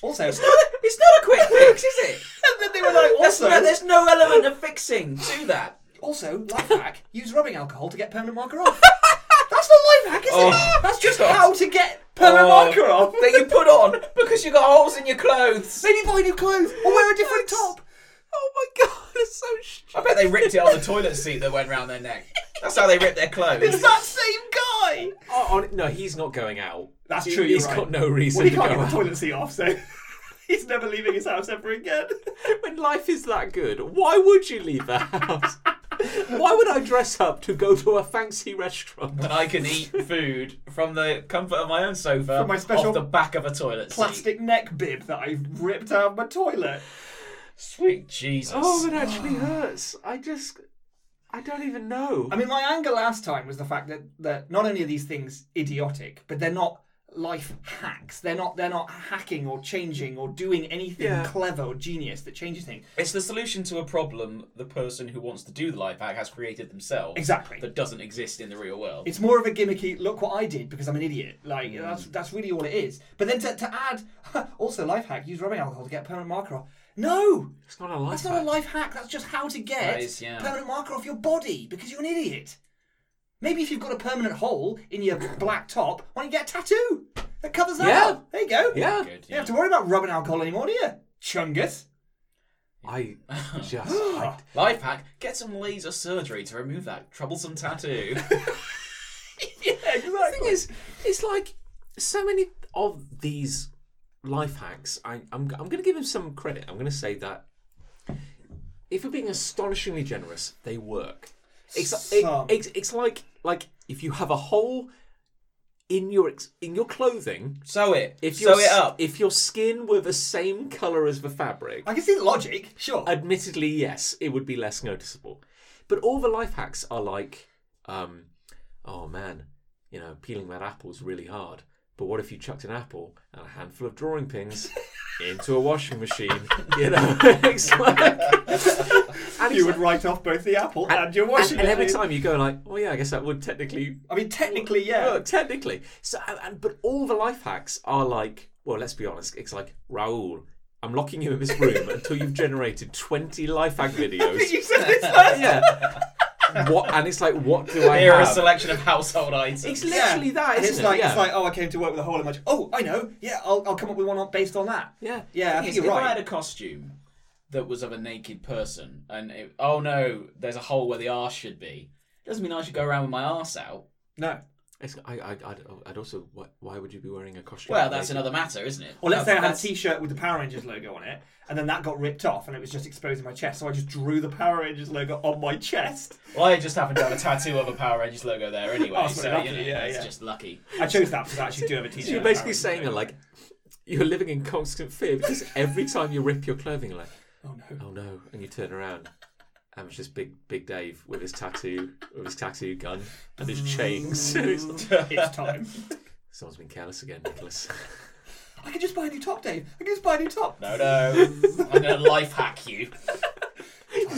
Speaker 3: Also, and
Speaker 2: It's not a quick fix, is it?
Speaker 3: then they were like, "Also,
Speaker 2: there's no element of fixing to that.
Speaker 3: also, life hack: use rubbing alcohol to get permanent marker off." That's not life hack, is
Speaker 2: Oh,
Speaker 3: it? That's just
Speaker 2: God.
Speaker 3: how to get permanent
Speaker 2: Oh.
Speaker 3: marker off.
Speaker 2: that you put on because you got holes in your clothes.
Speaker 3: Maybe buy new clothes or wear a different top.
Speaker 1: Oh my god, it's so
Speaker 2: I
Speaker 1: stupid.
Speaker 2: bet they ripped it on the toilet seat that went round their neck. That's how they ripped their
Speaker 3: It's
Speaker 2: clothes.
Speaker 3: that same guy.
Speaker 1: Oh, oh, no, he's not going out.
Speaker 3: That's
Speaker 1: He-
Speaker 3: true, you're
Speaker 1: He's
Speaker 3: right.
Speaker 1: got no reason
Speaker 3: Well, he
Speaker 1: to
Speaker 3: can't
Speaker 1: go
Speaker 3: get the
Speaker 1: out.
Speaker 3: toilet seat off, so he's never leaving his house ever again.
Speaker 1: When life is that good, why would you leave the house? why would I dress up to go to a fancy restaurant?
Speaker 2: And I can eat food from the comfort of my own sofa,
Speaker 3: From my special
Speaker 2: off the back of a toilet seat.
Speaker 3: plastic neck bib that I ripped out of my toilet.
Speaker 2: Sweet Jesus.
Speaker 1: Oh, it actually hurts. I just, I don't even know.
Speaker 3: I mean, my anger last time was the fact that, that not only are these things idiotic, but they're not life hacks. They're not they're not hacking or changing or doing anything
Speaker 1: Yeah.
Speaker 3: clever or genius that changes things.
Speaker 2: It's the solution to a problem the person who wants to do the life hack has created themselves.
Speaker 3: Exactly.
Speaker 2: That doesn't exist in the real world.
Speaker 3: It's more of a gimmicky. Look what I did because I'm an idiot. Like that's that's really all it is. But then to, to add also life hack use rubbing alcohol to get permanent marker off. No,
Speaker 1: it's not a life.
Speaker 3: that's not a life hack. That's just how to get
Speaker 2: That is, yeah.
Speaker 3: permanent marker off your body because you're an idiot. Maybe if you've got a permanent hole in your black top, why don't you get a tattoo that covers that
Speaker 1: Yeah.
Speaker 3: up? There you go.
Speaker 1: Yeah.
Speaker 2: Good,
Speaker 3: You don't have to worry about rubbing alcohol anymore, do you? Chungus.
Speaker 1: I just. I,
Speaker 2: Life hack: get some laser surgery to remove that troublesome tattoo.
Speaker 3: Yeah,
Speaker 1: the thing is, it's like so many of these life hacks. I, I'm, I'm going to give him some credit. I'm going to say that if we're being astonishingly generous, they work. It's, it-
Speaker 3: Some.
Speaker 1: it's, it's like like if you have a hole in your ex- in your clothing.
Speaker 2: Sew it.
Speaker 1: If your
Speaker 2: sew it
Speaker 1: s-
Speaker 2: up.
Speaker 1: if your skin were the same color as the fabric,
Speaker 3: I can see the logic, sure.
Speaker 1: admittedly, yes, it would be less noticeable. But all the life hacks are like, um, oh man, you know, peeling that apple's really hard. But what if you chucked an apple and a handful of drawing pins into a washing machine? You know, it's like, and it's
Speaker 3: you would
Speaker 1: like-
Speaker 3: write off both the apple and, your
Speaker 1: and,
Speaker 3: washing
Speaker 1: and every
Speaker 3: machine.
Speaker 1: time you go like, oh yeah, I guess that would technically
Speaker 3: I mean, technically, yeah.
Speaker 1: work. Oh, Technically, so and, and- but all the life hacks are like, well, let's be honest, it's like Raoul. I'm locking you in this room until you've generated 20 life hack videos
Speaker 3: you said this last
Speaker 1: yeah. What and it's like, what do I
Speaker 2: Here are a
Speaker 1: have?
Speaker 2: selection of household items.
Speaker 1: it's literally that,
Speaker 3: And
Speaker 1: isn't
Speaker 3: it's
Speaker 1: it?
Speaker 3: like
Speaker 1: yeah.
Speaker 3: it's like, oh, I came to work with a hole in my. ch- Oh, I know. Yeah, I'll, I'll come up with one on, based on that.
Speaker 1: yeah,
Speaker 3: Yeah, I
Speaker 2: Yes,
Speaker 3: think
Speaker 2: if
Speaker 3: you're
Speaker 2: I had
Speaker 3: right.
Speaker 2: a costume that was of a naked person, and it, oh no, there's a hole where the arse should be, doesn't mean I should go around with my arse out.
Speaker 3: No.
Speaker 1: It's- I, I, I'd, I'd also. Why, why would you be wearing a costume?
Speaker 2: Well, that's
Speaker 1: Like,
Speaker 2: another matter, isn't it?
Speaker 3: Or let's say I had a
Speaker 2: That's-
Speaker 3: T-shirt with the Power Rangers logo on it, and then that got ripped off, and it was just exposing my chest. So I just drew the Power Rangers logo on my chest.
Speaker 2: Well, I just happened to have a tattoo of a Power Rangers logo there anyway,
Speaker 3: Oh,
Speaker 2: so
Speaker 3: lucky,
Speaker 2: you know,
Speaker 3: yeah,
Speaker 2: it's
Speaker 3: yeah.
Speaker 2: just lucky.
Speaker 3: I chose that because I actually do have a T-shirt.
Speaker 1: So you're
Speaker 3: with Power
Speaker 1: basically
Speaker 3: Rangers
Speaker 1: saying
Speaker 3: logo.
Speaker 1: that like you're living in constant fear because every time you rip your clothing, you're like,
Speaker 3: oh no.
Speaker 1: oh no, and you turn around And it's just big, big Dave with his tattoo, with his tattoo gun and his chains. It's like,
Speaker 3: it's time.
Speaker 1: Someone's been careless again, Nicholas.
Speaker 3: I can just buy a new top, Dave. I can just buy a new top.
Speaker 2: No, no. I'm going to life hack you.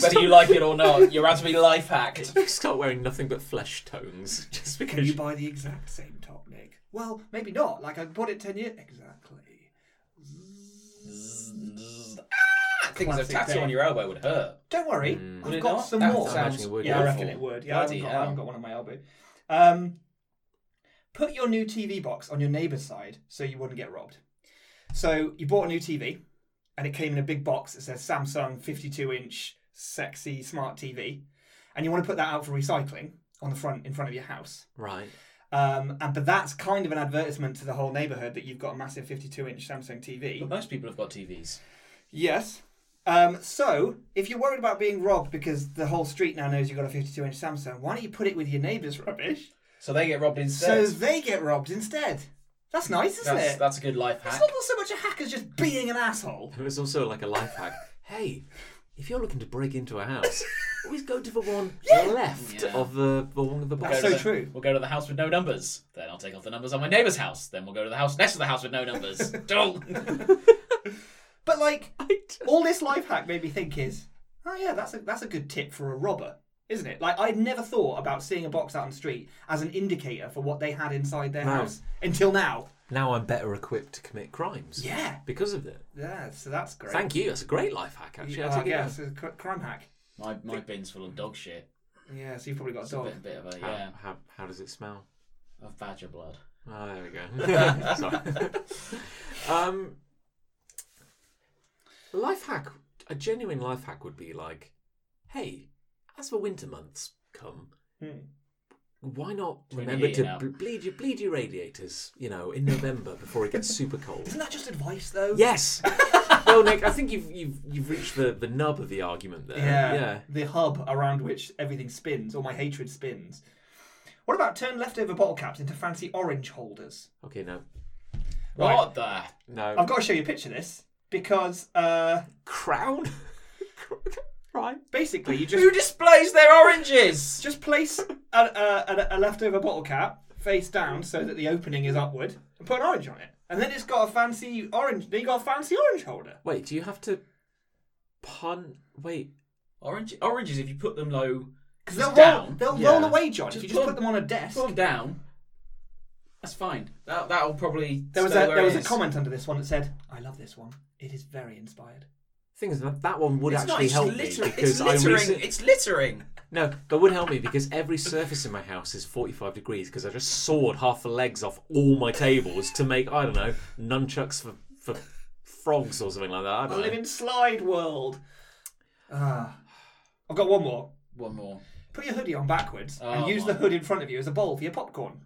Speaker 2: Whether you like it or not, you're about to be life hacked.
Speaker 1: you start wearing nothing but flesh tones just
Speaker 3: Can
Speaker 1: because
Speaker 3: you
Speaker 1: you,
Speaker 3: buy the exact same top, Nick? Well, maybe not. Like I bought it ten years exactly.
Speaker 2: I think a
Speaker 3: Ah! Classic
Speaker 2: tattoo
Speaker 3: Dave.
Speaker 2: on your elbow Mm. would hurt.
Speaker 3: Don't worry,
Speaker 2: Would
Speaker 3: I've
Speaker 2: it
Speaker 3: got
Speaker 2: not?
Speaker 3: some
Speaker 2: That
Speaker 3: more.
Speaker 1: sounds Imagine it would,
Speaker 3: yeah, I
Speaker 1: yeah.
Speaker 3: reckon it would. Yeah, I haven't,
Speaker 2: Bloody
Speaker 3: got, I haven't
Speaker 2: hell.
Speaker 3: got one on my elbow. Um, put your new TV box on your neighbour's side so you wouldn't get robbed. So you bought a new TV, and it came in a big box that says Samsung 52-inch sexy smart TV, and you want to put that out for recycling on the front in front of your house.
Speaker 1: right.
Speaker 3: Um, and but that's kind of an advertisement to the whole neighbourhood that you've got a massive 52-inch Samsung TV.
Speaker 2: But most people have got TVs.
Speaker 3: Yes. Um, so, if you're worried about being robbed because the whole street now knows you've got a 52 inch Samsung, why don't you put it with your neighbour's rubbish
Speaker 2: So they get robbed
Speaker 3: so
Speaker 2: instead.
Speaker 3: they get robbed instead? That's nice, isn't
Speaker 2: that's,
Speaker 3: it?
Speaker 2: that's a good life
Speaker 3: It's
Speaker 2: hack.
Speaker 3: not so much a hack as just being an asshole.
Speaker 1: And it's also like a life hack. Hey, if you're looking to break into a house, always go to the one left
Speaker 2: Yeah.
Speaker 1: of the, the one of the box.
Speaker 3: That's
Speaker 2: Go
Speaker 3: so
Speaker 2: to the-
Speaker 3: true.
Speaker 2: We'll go to the house with no numbers. Then I'll take off the numbers on my neighbour's house. Then we'll go to the house next to the house with no numbers. Don't.
Speaker 3: But, like,
Speaker 1: I d-
Speaker 3: all this life hack made me think is, oh, yeah, that's a, that's a good tip for a robber, isn't it? Like, I'd never thought about seeing a box out on the street as an indicator for what they had inside their
Speaker 1: No.
Speaker 3: house until now.
Speaker 1: Now I'm better equipped to commit crimes.
Speaker 3: Yeah.
Speaker 1: Because of it.
Speaker 3: Yeah, so that's great. Uh,
Speaker 1: Thank you. That's a great life hack, actually.
Speaker 3: Yeah,
Speaker 1: I
Speaker 3: I
Speaker 1: take it
Speaker 3: guess.
Speaker 1: back.
Speaker 3: it's a cr- crime hack.
Speaker 2: my my bin's full of dog shit.
Speaker 3: Yeah, so you've probably got a
Speaker 2: It's a
Speaker 3: dog.
Speaker 2: bit, bit of a
Speaker 1: How,
Speaker 2: yeah
Speaker 1: how, how does it smell?
Speaker 2: of badger blood.
Speaker 1: Oh, there we go. Sorry. um, life hack. A genuine life hack would be like, hey, as the winter months come,
Speaker 3: Hmm.
Speaker 1: why not
Speaker 2: Turn your
Speaker 1: remember
Speaker 2: heating
Speaker 1: to
Speaker 2: up.
Speaker 1: ble- bleed your bleed your radiators? You know, in November before it gets super cold.
Speaker 3: Isn't that just advice though?
Speaker 1: Yes. well, Nick, I think you've you've you've reached the, the nub of the argument there.
Speaker 3: Yeah. The hub around which everything spins, or my hatred spins. What about turn leftover bottle caps into fancy orange holders?
Speaker 1: Okay. No.
Speaker 3: Right.
Speaker 2: What the?
Speaker 1: No.
Speaker 3: I've got to show you a picture of this because uh,
Speaker 1: Crown. right.
Speaker 3: basically you
Speaker 2: Who
Speaker 3: just
Speaker 2: displays their oranges?
Speaker 3: just place a, a, a, a leftover bottle cap face down so that the opening is upward, and put an orange on it, and then it's got a fancy orange. Then you got a fancy orange holder.
Speaker 1: Wait. Do you have to pun? Wait.
Speaker 2: Orange oranges. If you put them low,
Speaker 3: Because
Speaker 2: Just
Speaker 3: they'll roll,
Speaker 2: down.
Speaker 3: they'll
Speaker 1: Yeah.
Speaker 3: roll away, John. if
Speaker 2: Just
Speaker 3: you just
Speaker 2: put-
Speaker 3: put them on a desk.
Speaker 2: put them down. That's fine. That that'll probably.
Speaker 3: There was a
Speaker 2: stay where
Speaker 3: there
Speaker 2: it
Speaker 3: was a
Speaker 2: is.
Speaker 3: comment under this one that said, "I love this one. It is very inspired."
Speaker 1: Thing is, that that one would
Speaker 2: It's not.
Speaker 1: actually
Speaker 2: It's,
Speaker 1: help
Speaker 2: litter-
Speaker 1: me
Speaker 2: it's
Speaker 1: because I
Speaker 2: littering.
Speaker 1: recent-
Speaker 2: It's littering.
Speaker 1: no, but would help me because every surface in my house is forty-five degrees because I just sawed half the legs off all my tables to make I don't know nunchucks for for frogs or something like that. I
Speaker 3: I
Speaker 1: don't
Speaker 3: live
Speaker 1: know.
Speaker 3: in Slide World. Ah, I've got one more.
Speaker 2: One more.
Speaker 3: Put your hoodie on backwards and
Speaker 2: Oh,
Speaker 3: use
Speaker 2: my.
Speaker 3: the hood in front of you as a bowl for your popcorn.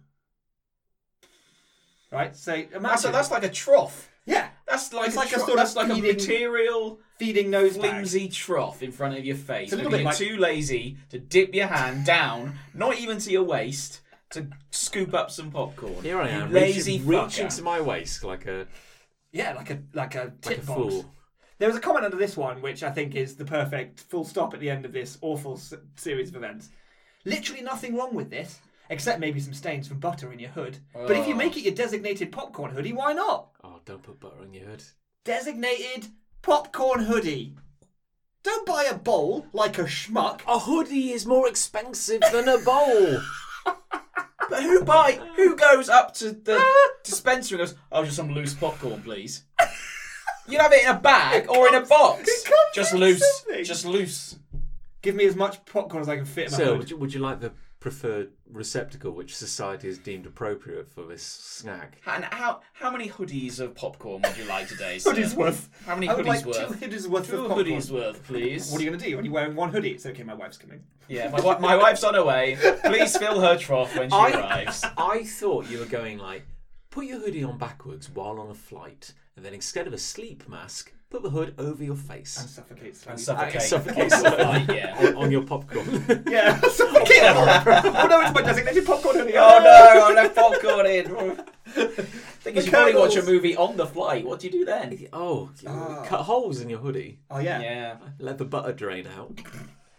Speaker 3: Right. So imagine
Speaker 2: That's that's like a trough.
Speaker 3: yeah,
Speaker 2: That's like
Speaker 3: It's
Speaker 2: a
Speaker 3: like a
Speaker 2: tro-
Speaker 3: sort of
Speaker 2: that's like a
Speaker 3: feeding-
Speaker 2: material
Speaker 3: feeding nose bags.
Speaker 2: flimsy trough in front of your face.
Speaker 3: It's a little
Speaker 2: because
Speaker 3: bit
Speaker 2: you're
Speaker 3: like-
Speaker 2: too lazy to dip your hand down, not even to your waist, to scoop up some popcorn.
Speaker 1: Here I am,
Speaker 2: you lazy
Speaker 1: reaching, reaching
Speaker 2: fucker.
Speaker 1: to my waist like a
Speaker 3: Yeah, like a like a
Speaker 1: like a
Speaker 3: tit box.
Speaker 1: fool.
Speaker 3: There was a comment under this one which I think is the perfect full stop at the end of this awful s- series of events. Literally nothing wrong with this. Except maybe some stains from butter in your hood. But if you
Speaker 2: Oh.
Speaker 3: make it your designated popcorn hoodie, why not?
Speaker 1: Oh, don't put butter on your hood.
Speaker 3: designated popcorn hoodie. Don't buy a bowl like a schmuck.
Speaker 1: A hoodie is more expensive than a bowl.
Speaker 2: But who buy? Who goes up to the dispenser and goes, "Oh, just some loose popcorn, please." You'd have it in a bag or in a box.
Speaker 3: comes
Speaker 2: Just
Speaker 3: in
Speaker 2: loose.
Speaker 3: something.
Speaker 2: Just loose.
Speaker 3: Give me as much popcorn as I can fit in my
Speaker 1: So, would
Speaker 3: hood.
Speaker 1: you, would you like the preferred receptacle which society has deemed appropriate for this snack?
Speaker 2: And how how many hoodies of popcorn would you like today? sir?
Speaker 3: Hoodies worth.
Speaker 2: How many
Speaker 3: I would
Speaker 2: hoodies
Speaker 3: like
Speaker 2: worth?
Speaker 3: two hoodies worth
Speaker 2: Two
Speaker 3: of popcorn.
Speaker 2: hoodies worth, please.
Speaker 3: What are you going to do? Are you wearing one hoodie? It's okay, my wife's coming.
Speaker 2: Yeah, my, wi- my wife's on her way. Please fill her trough when she
Speaker 1: I-
Speaker 2: arrives.
Speaker 1: I thought you were going like, put your hoodie on backwards while on a flight, and then instead of a sleep mask, put the hood over your
Speaker 3: And
Speaker 1: face.
Speaker 3: suffocate slowly.
Speaker 2: And suffocate.
Speaker 1: suffocate
Speaker 2: on the
Speaker 1: slowly.
Speaker 2: flight, yeah.
Speaker 1: On, on your popcorn.
Speaker 3: yeah, suffocate. oh no, it's my designated popcorn hoodie.
Speaker 2: Oh no, I left popcorn in. Thing is, you
Speaker 3: The
Speaker 2: probably watch a
Speaker 3: kernels.
Speaker 2: movie on the flight. What do you do then?
Speaker 1: oh, you
Speaker 3: Ah.
Speaker 1: cut holes in your hoodie.
Speaker 3: Oh yeah.
Speaker 2: Yeah.
Speaker 1: Let the butter drain out.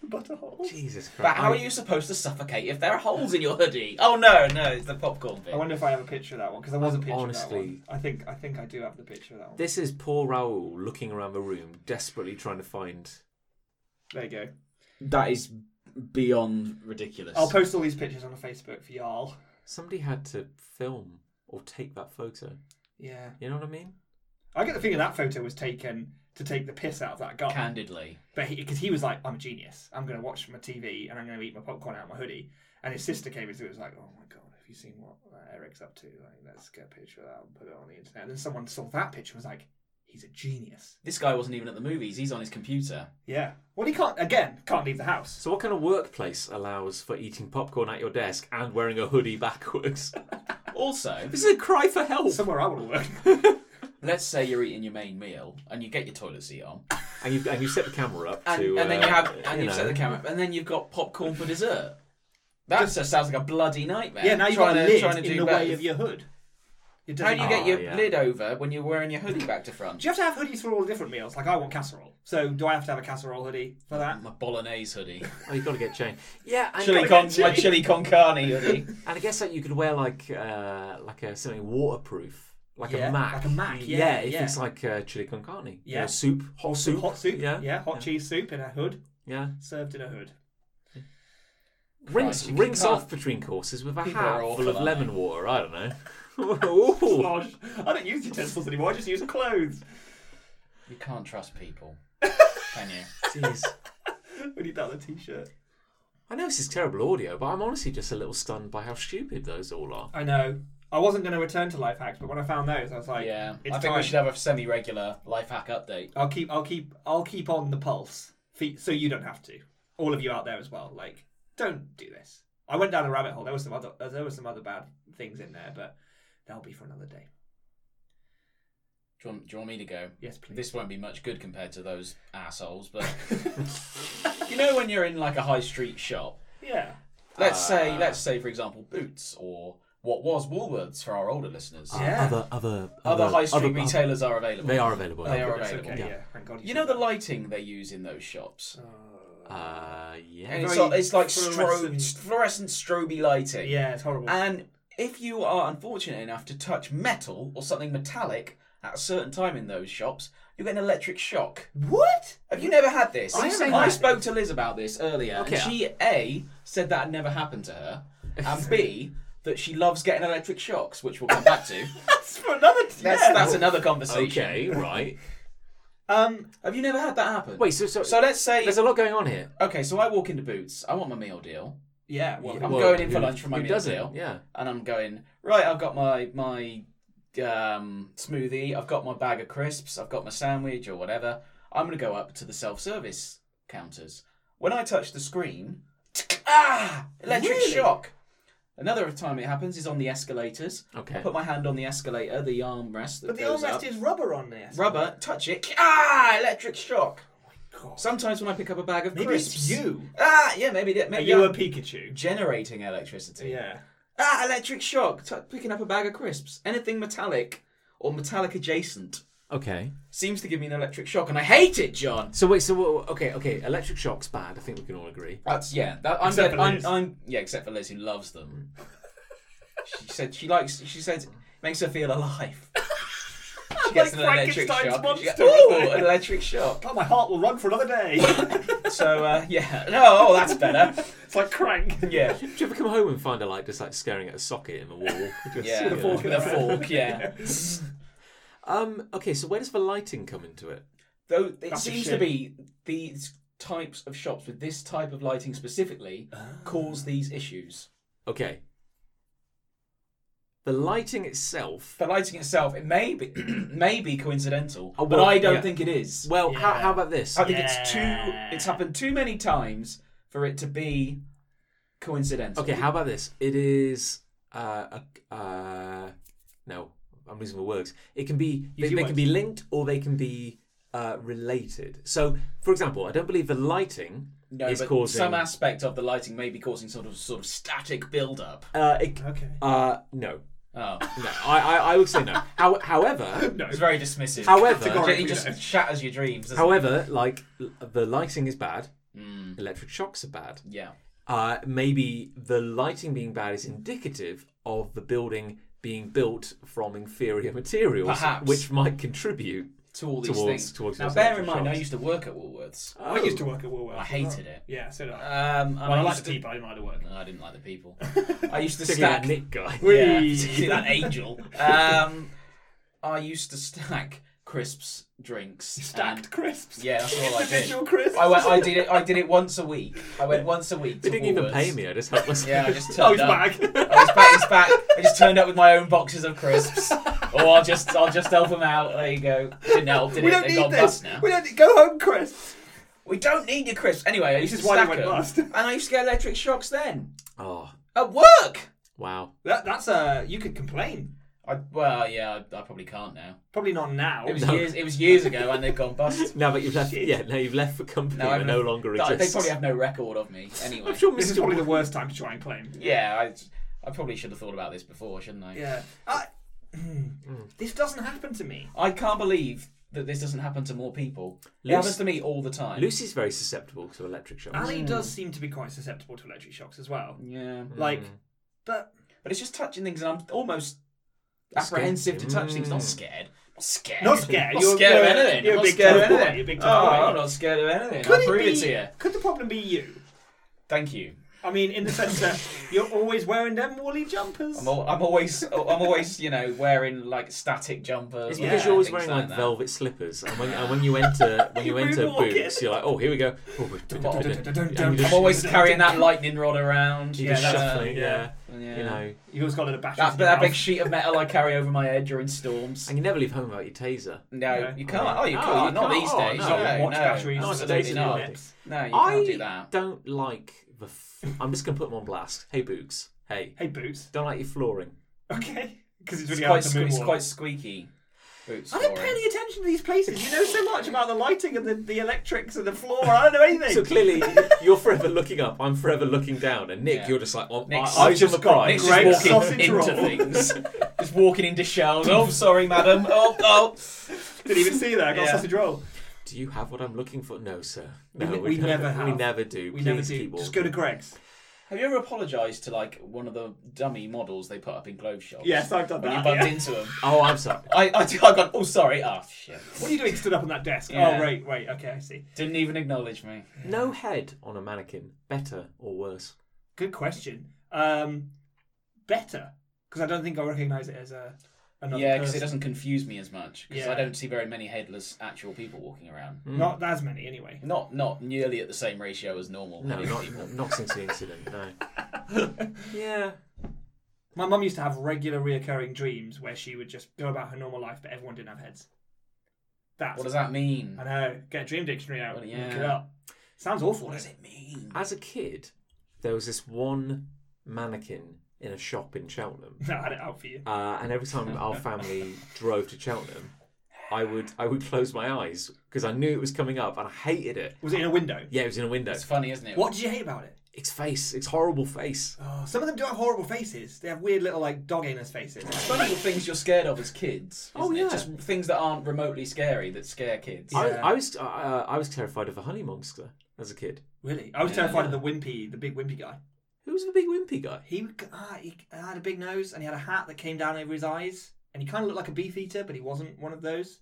Speaker 3: But a hole.
Speaker 1: Jesus Christ.
Speaker 2: But how are you supposed to suffocate if there are holes in your hoodie? Oh no, no, it's the popcorn
Speaker 3: I
Speaker 2: bit.
Speaker 3: wonder if I have a picture of that one because there was a
Speaker 1: I'm
Speaker 3: picture
Speaker 1: honestly-
Speaker 3: of that one. I think I think I do have the picture of that one.
Speaker 1: This is poor Raoul looking around the room, desperately trying to find.
Speaker 3: There you go.
Speaker 2: That is beyond ridiculous.
Speaker 3: I'll post all these pictures on Facebook for y'all.
Speaker 1: Somebody had to film or take that photo.
Speaker 3: Yeah,
Speaker 1: You know what I mean?
Speaker 3: I get the feeling that photo was taken to take the piss out of that guy.
Speaker 2: Candidly,
Speaker 3: But because he, was like, I'm a genius. I'm going to watch my TV and I'm going to eat my popcorn out of my hoodie. And his sister came into it was like, oh my God, have you seen what uh, Eric's up to? Like, let's get a picture of that and put it on the internet. And then someone saw that picture and was like, he's a genius.
Speaker 2: this guy wasn't even at the movies. He's on his computer.
Speaker 3: Yeah. Well, he can't, again, can't leave the house.
Speaker 1: So, what kind of workplace allows for eating popcorn at your desk and wearing a hoodie backwards?
Speaker 2: Also,
Speaker 1: this is a cry for help.
Speaker 3: Somewhere I want to work.
Speaker 2: let's say you're eating your main meal and you get your toilet seat on,
Speaker 1: And you and you set the camera up
Speaker 2: and,
Speaker 1: to.
Speaker 2: and then you
Speaker 1: uh,
Speaker 2: have and you,
Speaker 1: know.
Speaker 2: set the camera, and then you've got popcorn for dessert. That just, sounds like a bloody nightmare.
Speaker 3: yeah, now you've got
Speaker 2: Trying
Speaker 3: a
Speaker 2: to-
Speaker 3: lid
Speaker 2: trying to
Speaker 3: in
Speaker 2: do
Speaker 3: the
Speaker 2: both.
Speaker 3: way of your hood. It
Speaker 2: How
Speaker 3: doesn't-
Speaker 2: do you get
Speaker 1: Ah,
Speaker 2: your
Speaker 1: yeah.
Speaker 2: lid over when you're wearing your hoodie back to front?
Speaker 3: Do you have to have hoodies for all the different meals? Like, I want casserole. So, do I have to have a casserole hoodie for that?
Speaker 2: My bolognese hoodie,
Speaker 1: Oh, you've got to get changed. Yeah, and,
Speaker 2: chili
Speaker 1: and
Speaker 2: con, my chili con carne hoodie.
Speaker 1: I guess that you could wear like uh, like a, something waterproof, like
Speaker 3: Yeah,
Speaker 1: a Mac.
Speaker 3: like a Mac, yeah,
Speaker 1: if
Speaker 3: yeah.
Speaker 1: it's like uh, chili con carne. you
Speaker 3: Yeah.
Speaker 1: know, soup, hot soup,
Speaker 3: Hot soup?
Speaker 1: Yeah,
Speaker 3: Yeah, hot cheese soup in a hood,
Speaker 1: yeah.
Speaker 3: served in a hood.
Speaker 1: Rinse
Speaker 2: you
Speaker 1: rinse
Speaker 2: can't-
Speaker 1: off between courses with a
Speaker 2: People are
Speaker 1: hat
Speaker 2: awful,
Speaker 1: full of
Speaker 2: aren't
Speaker 1: lemon water. I don't know. Ooh.
Speaker 3: Gosh, I don't use utensils anymore. I just use clothes.
Speaker 2: You can't trust people, can you?
Speaker 1: Jeez.
Speaker 3: We need that on a t-shirt.
Speaker 1: I know this is terrible audio, but I'm honestly just a little stunned by how stupid those all are.
Speaker 3: I know. I wasn't going to return to life hacks, but when I found those, I was like,
Speaker 2: Yeah,
Speaker 3: it's
Speaker 2: I think
Speaker 3: time.
Speaker 2: we should have a semi-regular life hack update.
Speaker 3: I'll keep, I'll keep, I'll keep on the pulse, Fe- so you don't have to. All of you out there as well, like, don't do this. I went down a rabbit hole. There was some other, there was some other bad things in there, but that'll be for another day.
Speaker 2: Do you want, do you want me to go?
Speaker 3: Yes, please.
Speaker 2: This won't be much good compared to those assholes, but you know when you're in like a high street shop.
Speaker 3: yeah.
Speaker 2: Let's
Speaker 3: Uh,
Speaker 2: say,
Speaker 1: Ah.
Speaker 2: let's say for example, Boots or what was Woolworths for our older listeners.
Speaker 3: Ah. Yeah.
Speaker 1: Other other
Speaker 2: Other high street
Speaker 1: other-
Speaker 2: retailers are available.
Speaker 1: They are available.
Speaker 2: They are
Speaker 3: That's
Speaker 2: available.
Speaker 3: okay. Yeah.
Speaker 1: Yeah.
Speaker 3: Thank God.
Speaker 2: You know the
Speaker 3: light.
Speaker 2: lighting they use in those shops.
Speaker 1: Uh, yeah.
Speaker 2: And it's,
Speaker 3: Oh. Very
Speaker 2: like- it's like
Speaker 3: fluorescent-
Speaker 2: strobe, fluorescent stroby lighting.
Speaker 3: yeah, it's horrible.
Speaker 2: And if you are unfortunate enough to touch metal or something metallic at a certain time in those shops, you get an electric shock.
Speaker 3: what?
Speaker 2: Have you never had this?
Speaker 3: I haven't
Speaker 2: I
Speaker 3: had
Speaker 2: spoke to Liz about this earlier,
Speaker 1: Okay.
Speaker 2: and she A said that had never happened to her, and B that she loves getting electric shocks, which we'll come back to.
Speaker 3: That's for another.
Speaker 2: That's
Speaker 3: yeah.
Speaker 2: that's another conversation.
Speaker 1: okay, right.
Speaker 3: Um.
Speaker 2: Have you never had that happen?
Speaker 1: Wait, so so,
Speaker 2: So let's say
Speaker 1: there's a lot going on here.
Speaker 2: okay, so I walk into Boots. I want my meal deal.
Speaker 3: Yeah. Well,
Speaker 2: I'm going in for lunch for my
Speaker 1: who
Speaker 2: meal
Speaker 1: doesn't?
Speaker 2: deal.
Speaker 1: Yeah.
Speaker 2: and I'm going right. I've got my my um, smoothie. I've got my bag of crisps. I've got my sandwich or whatever. I'm gonna go up to the self service counters. When I touch the screen, ah, electric
Speaker 3: Really?
Speaker 2: shock. Another time it happens is on the escalators. I
Speaker 1: Okay.
Speaker 2: put my hand on the escalator, the armrest that
Speaker 3: But the
Speaker 2: goes
Speaker 3: armrest
Speaker 2: up.
Speaker 3: is rubber on this.
Speaker 2: Rubber, touch it, ah, electric shock.
Speaker 3: Oh God.
Speaker 2: Sometimes when I pick up a bag of
Speaker 3: Maybe
Speaker 2: crisps,
Speaker 3: it's you.
Speaker 2: ah, yeah, maybe
Speaker 3: Are
Speaker 2: maybe
Speaker 3: you
Speaker 2: I'm
Speaker 3: a Pikachu?
Speaker 2: generating electricity.
Speaker 3: Yeah.
Speaker 2: Ah, electric shock. T- picking up a bag of crisps. Anything metallic or metallic adjacent
Speaker 1: Okay.
Speaker 2: seems to give me an electric shock, and I hate it, John.
Speaker 1: So wait. So wha- okay. Okay. Electric shock's bad. I think we can all agree.
Speaker 2: That's yeah. That, I'm,
Speaker 3: Except
Speaker 2: dead-
Speaker 3: for Liz.
Speaker 2: I'm, I'm yeah. Except for Liz, who loves them. she said she likes. She said makes her feel alive. She gets
Speaker 3: Like
Speaker 2: an electric
Speaker 3: Frankenstein's
Speaker 2: shock. and she
Speaker 3: monster,
Speaker 2: goes, Ooh,
Speaker 3: isn't it?"
Speaker 2: an electric shock.
Speaker 3: Oh, my heart will run for another day.
Speaker 2: So uh, yeah. No, oh, that's better.
Speaker 3: it's like crank.
Speaker 2: Yeah.
Speaker 1: Do you ever come home and find her like just like scaring at a socket in the wall? Just,
Speaker 2: Yeah.
Speaker 1: you
Speaker 2: With
Speaker 1: know.
Speaker 3: fork in
Speaker 2: a
Speaker 3: her
Speaker 2: fork. Yeah.
Speaker 1: Um. Okay. So where does the lighting come into it?
Speaker 2: Though it
Speaker 3: That's a
Speaker 2: seems to
Speaker 3: shame.
Speaker 2: be these types of shops with this type of lighting specifically cause these issues.
Speaker 1: Okay. The lighting itself.
Speaker 2: The lighting itself, it may be, may be coincidental,
Speaker 1: Oh,
Speaker 2: but
Speaker 1: well,
Speaker 2: I don't
Speaker 1: yeah.
Speaker 2: think it is.
Speaker 1: Well, how,
Speaker 3: Yeah.
Speaker 1: how about this?
Speaker 2: I think it's
Speaker 3: Yeah.
Speaker 2: too. It's happened too many times for it to be coincidental.
Speaker 1: Okay, how about this? It is uh, a, uh no, I'm losing my words. It can be
Speaker 3: Use
Speaker 1: they,
Speaker 3: your
Speaker 1: they can be linked or they can be uh, related. So, for example, I don't believe the lighting
Speaker 2: no,
Speaker 1: is
Speaker 2: but
Speaker 1: causing
Speaker 2: some aspect of the lighting may be causing sort of sort of static build-up.
Speaker 1: uh, it,
Speaker 3: Okay.
Speaker 1: uh no.
Speaker 2: Oh,
Speaker 1: No, I, I, I would say no. How, however,
Speaker 3: No.
Speaker 2: it's very dismissive.
Speaker 1: however,
Speaker 3: Categorically.
Speaker 2: it just shatters your dreams. doesn't it?
Speaker 1: however, like l- the lighting is bad.
Speaker 2: Mm,
Speaker 1: Electric shocks are bad.
Speaker 2: yeah.
Speaker 1: Uh, maybe the lighting being bad is indicative of the building being built from inferior materials,
Speaker 2: Perhaps.
Speaker 1: which might contribute
Speaker 2: To all these
Speaker 1: towards
Speaker 2: things.
Speaker 1: towards.
Speaker 2: now,
Speaker 1: those
Speaker 2: bear in
Speaker 1: electric
Speaker 2: mind, I
Speaker 1: shocks.
Speaker 2: used to work at Woolworths.
Speaker 3: I used to work at Woolworths.
Speaker 2: I
Speaker 3: as
Speaker 2: hated
Speaker 3: well.
Speaker 2: it.
Speaker 3: Yeah, so did I.
Speaker 2: Um, and
Speaker 3: well, I, like
Speaker 2: used
Speaker 3: the
Speaker 2: to-
Speaker 3: people. I didn't like the work.
Speaker 2: No, I didn't like the people. I used to
Speaker 1: Particularly
Speaker 2: stack.
Speaker 1: that Nick guy.
Speaker 2: Yeah,
Speaker 3: Whee!
Speaker 2: particularly that angel. Um, I used to stack crisps, drinks,
Speaker 3: Stacked
Speaker 2: and-
Speaker 3: crisps.
Speaker 2: yeah, that's all I did.
Speaker 3: Individual crisps.
Speaker 2: I went. I did it. I did it once a week. I went once a week.
Speaker 1: They
Speaker 2: to
Speaker 1: didn't even pay
Speaker 2: Woolworths.
Speaker 1: me. I just helped myself.
Speaker 2: Yeah, I just turned
Speaker 3: Oh, he's
Speaker 2: up.
Speaker 3: back.
Speaker 2: I just back, he's back. I just turned up with my own boxes of crisps. Oh, I'll just, I'll just help him out. There you go. Didn't help, did
Speaker 3: we
Speaker 2: it?
Speaker 3: don't
Speaker 2: They
Speaker 3: need
Speaker 2: got
Speaker 3: this.
Speaker 2: bust now.
Speaker 3: We don't need- go home, crisps.
Speaker 2: We don't need your crisps anyway. I used
Speaker 3: This is
Speaker 2: to
Speaker 3: why they
Speaker 2: stack
Speaker 3: went
Speaker 2: them.
Speaker 3: bust.
Speaker 2: and I used to get electric shocks then
Speaker 1: Oh
Speaker 2: at work.
Speaker 1: wow.
Speaker 3: That, that's uh, you could complain.
Speaker 2: I, well, yeah, I, I probably can't now.
Speaker 3: Probably not now.
Speaker 2: It was years. It was years ago, and they've gone bust.
Speaker 1: Now that you've left,
Speaker 3: Shit.
Speaker 1: yeah, now you've left for company
Speaker 2: No, I
Speaker 1: that no
Speaker 2: haven't-
Speaker 1: longer
Speaker 2: But They
Speaker 1: exists.
Speaker 2: probably have no record of me anyway.
Speaker 1: I'm sure
Speaker 3: this is
Speaker 1: Mr.
Speaker 3: probably the worst time to try and claim.
Speaker 2: Yeah, I, I probably should have thought about this before, shouldn't I?
Speaker 3: Yeah. I, this doesn't happen to me.
Speaker 2: I can't believe that this doesn't happen to more people. It
Speaker 1: Lucy-
Speaker 2: happens to me all the time.
Speaker 1: Lucy's very susceptible to electric shocks.
Speaker 3: Ali does seem to be quite susceptible to electric shocks as well.
Speaker 2: Yeah,
Speaker 3: Like, but
Speaker 2: but it's just touching things, and I'm almost apprehensive to touch things. Not scared. Not scared.
Speaker 3: Mm. Not scared.
Speaker 2: Not
Speaker 3: You're-
Speaker 2: scared of
Speaker 3: you're-
Speaker 2: anything.
Speaker 3: you're a
Speaker 2: not
Speaker 3: big
Speaker 2: scared of
Speaker 3: tough boy.
Speaker 2: anything.
Speaker 3: You're a big
Speaker 2: oh,
Speaker 3: tough boy.
Speaker 2: I'm not scared of anything. I'll prove it to you.
Speaker 3: Could the problem be you?
Speaker 2: Thank you.
Speaker 3: I mean, in the sense that you're always wearing them woolly jumpers.
Speaker 2: I'm, al- I'm always, I'm always, you know, wearing like static jumpers.
Speaker 1: It's
Speaker 2: like,
Speaker 1: because you're always
Speaker 2: things
Speaker 1: wearing
Speaker 2: like
Speaker 1: like
Speaker 2: that.
Speaker 1: velvet slippers, and when, and when you enter when you
Speaker 3: You're
Speaker 1: enter
Speaker 3: moonwalking.
Speaker 1: boots, you're like, oh, here we go. Oh, we-
Speaker 3: Dun-dun-dun-dun-dun-dun.
Speaker 1: Yeah,
Speaker 2: I'm always carrying that lightning rod around.
Speaker 1: You're
Speaker 2: Yeah,
Speaker 1: just
Speaker 2: that-
Speaker 1: shuffling, yeah.
Speaker 3: yeah.
Speaker 2: uh, yeah.
Speaker 1: You know,
Speaker 3: You've always got a little battery.
Speaker 2: That, that big sheet of metal I carry over my head during storms.
Speaker 1: and you never leave home without your taser.
Speaker 2: No,
Speaker 3: No.
Speaker 2: you can't. Oh, you
Speaker 1: No,
Speaker 2: can't.
Speaker 1: you
Speaker 2: not
Speaker 1: can't.
Speaker 2: these
Speaker 1: Oh,
Speaker 2: days.
Speaker 1: no.
Speaker 2: No,
Speaker 1: Not
Speaker 2: no,
Speaker 3: watch batteries.
Speaker 1: Not
Speaker 2: absolutely
Speaker 1: today's
Speaker 2: not.
Speaker 1: internet.
Speaker 2: No, you
Speaker 1: I
Speaker 2: can't do that.
Speaker 1: don't like the. F- I'm just gonna put them on blast. Hey, Boogs. Hey,
Speaker 3: Hey, boots.
Speaker 1: don't like your flooring.
Speaker 3: Okay. Because it's
Speaker 2: It's
Speaker 3: really
Speaker 2: quite,
Speaker 3: hard
Speaker 2: sque-
Speaker 3: to move.
Speaker 2: it's quite squeaky. Boots
Speaker 3: I don't
Speaker 2: for
Speaker 3: pay
Speaker 2: it.
Speaker 3: any attention to these places. You know so much about the lighting and the, the electrics and the floor. I don't know anything.
Speaker 1: So clearly, you're forever looking up. I'm forever looking down, and Nick,
Speaker 2: Yeah.
Speaker 1: you're just like, oh, I,
Speaker 2: Nick's-
Speaker 1: I've just got
Speaker 2: Nick's
Speaker 3: Great
Speaker 2: just walking
Speaker 3: sausage
Speaker 2: into
Speaker 3: roll.
Speaker 2: things. just walking into shells. Oh, sorry, madam. Oh, oh.
Speaker 3: Didn't even see that. I got
Speaker 2: Yeah.
Speaker 3: sausage roll.
Speaker 1: Do you have what I'm looking for? No, sir.
Speaker 3: We
Speaker 1: No,
Speaker 3: ne- we
Speaker 1: don't.
Speaker 3: never
Speaker 1: We
Speaker 3: have.
Speaker 1: never do.
Speaker 3: We
Speaker 1: Please
Speaker 3: never do.
Speaker 1: keep
Speaker 3: Just
Speaker 1: ordering.
Speaker 3: go to Greg's.
Speaker 2: Have you ever apologised to like one of the dummy models they put up in clothes shops?
Speaker 3: Yes, I've done
Speaker 2: When you
Speaker 3: that.
Speaker 2: bumped
Speaker 3: yeah.
Speaker 2: into them,
Speaker 1: Oh, I'm sorry.
Speaker 2: I, I, I got. Oh, sorry. Oh, shit.
Speaker 3: What are you doing stood up on that desk?
Speaker 2: Yeah.
Speaker 3: Oh, right, right. Okay, I see.
Speaker 2: Didn't even acknowledge me.
Speaker 1: No head on a mannequin. Better or worse?
Speaker 3: Good question. Um, better. Because I don't think I recognise it as a another
Speaker 2: Yeah, because
Speaker 3: person.
Speaker 2: it doesn't confuse me as much because I
Speaker 3: Yeah.
Speaker 2: don't see very many headless actual people walking around.
Speaker 3: Not as many, anyway.
Speaker 2: Not not nearly at the same ratio as normal.
Speaker 1: No,
Speaker 2: headless
Speaker 1: not
Speaker 2: people.
Speaker 1: not since the incident. No. yeah.
Speaker 3: My mum used to have regular reoccurring dreams where she would just go about her normal life, but everyone didn't have heads. That's
Speaker 2: What does that mean?
Speaker 3: I know. Get a dream dictionary out.
Speaker 2: Well,
Speaker 3: Look
Speaker 2: yeah.
Speaker 3: it up. Sounds awful.
Speaker 2: What does
Speaker 3: doesn't
Speaker 2: it mean?
Speaker 1: As a kid, there was this one mannequin in a shop in Cheltenham,
Speaker 3: it? No, I had it out for you.
Speaker 1: uh, and every time our family drove to Cheltenham, I would I would close my eyes because I knew it was coming up, and I hated it.
Speaker 3: Was it in a window?
Speaker 1: Yeah, it was in a window.
Speaker 2: It's funny, isn't it?
Speaker 3: What did you hate about it?
Speaker 1: Its face, its horrible face.
Speaker 3: Oh, some of them do have horrible faces. They have weird little like dog anus faces.
Speaker 2: It's funny the things you're scared of as kids. Isn't
Speaker 1: Oh, yeah.
Speaker 2: it? just things that aren't remotely scary that scare kids.
Speaker 1: I,
Speaker 3: Yeah.
Speaker 1: I was uh, I was terrified of a honey monster as a kid.
Speaker 3: Really, I was
Speaker 2: Yeah.
Speaker 3: terrified of the wimpy, the big wimpy guy.
Speaker 1: Who was the big wimpy guy?
Speaker 3: He, uh, he had a big nose and he had a hat that came down over his eyes, and he kind of looked like a beefeater, but he wasn't one of those.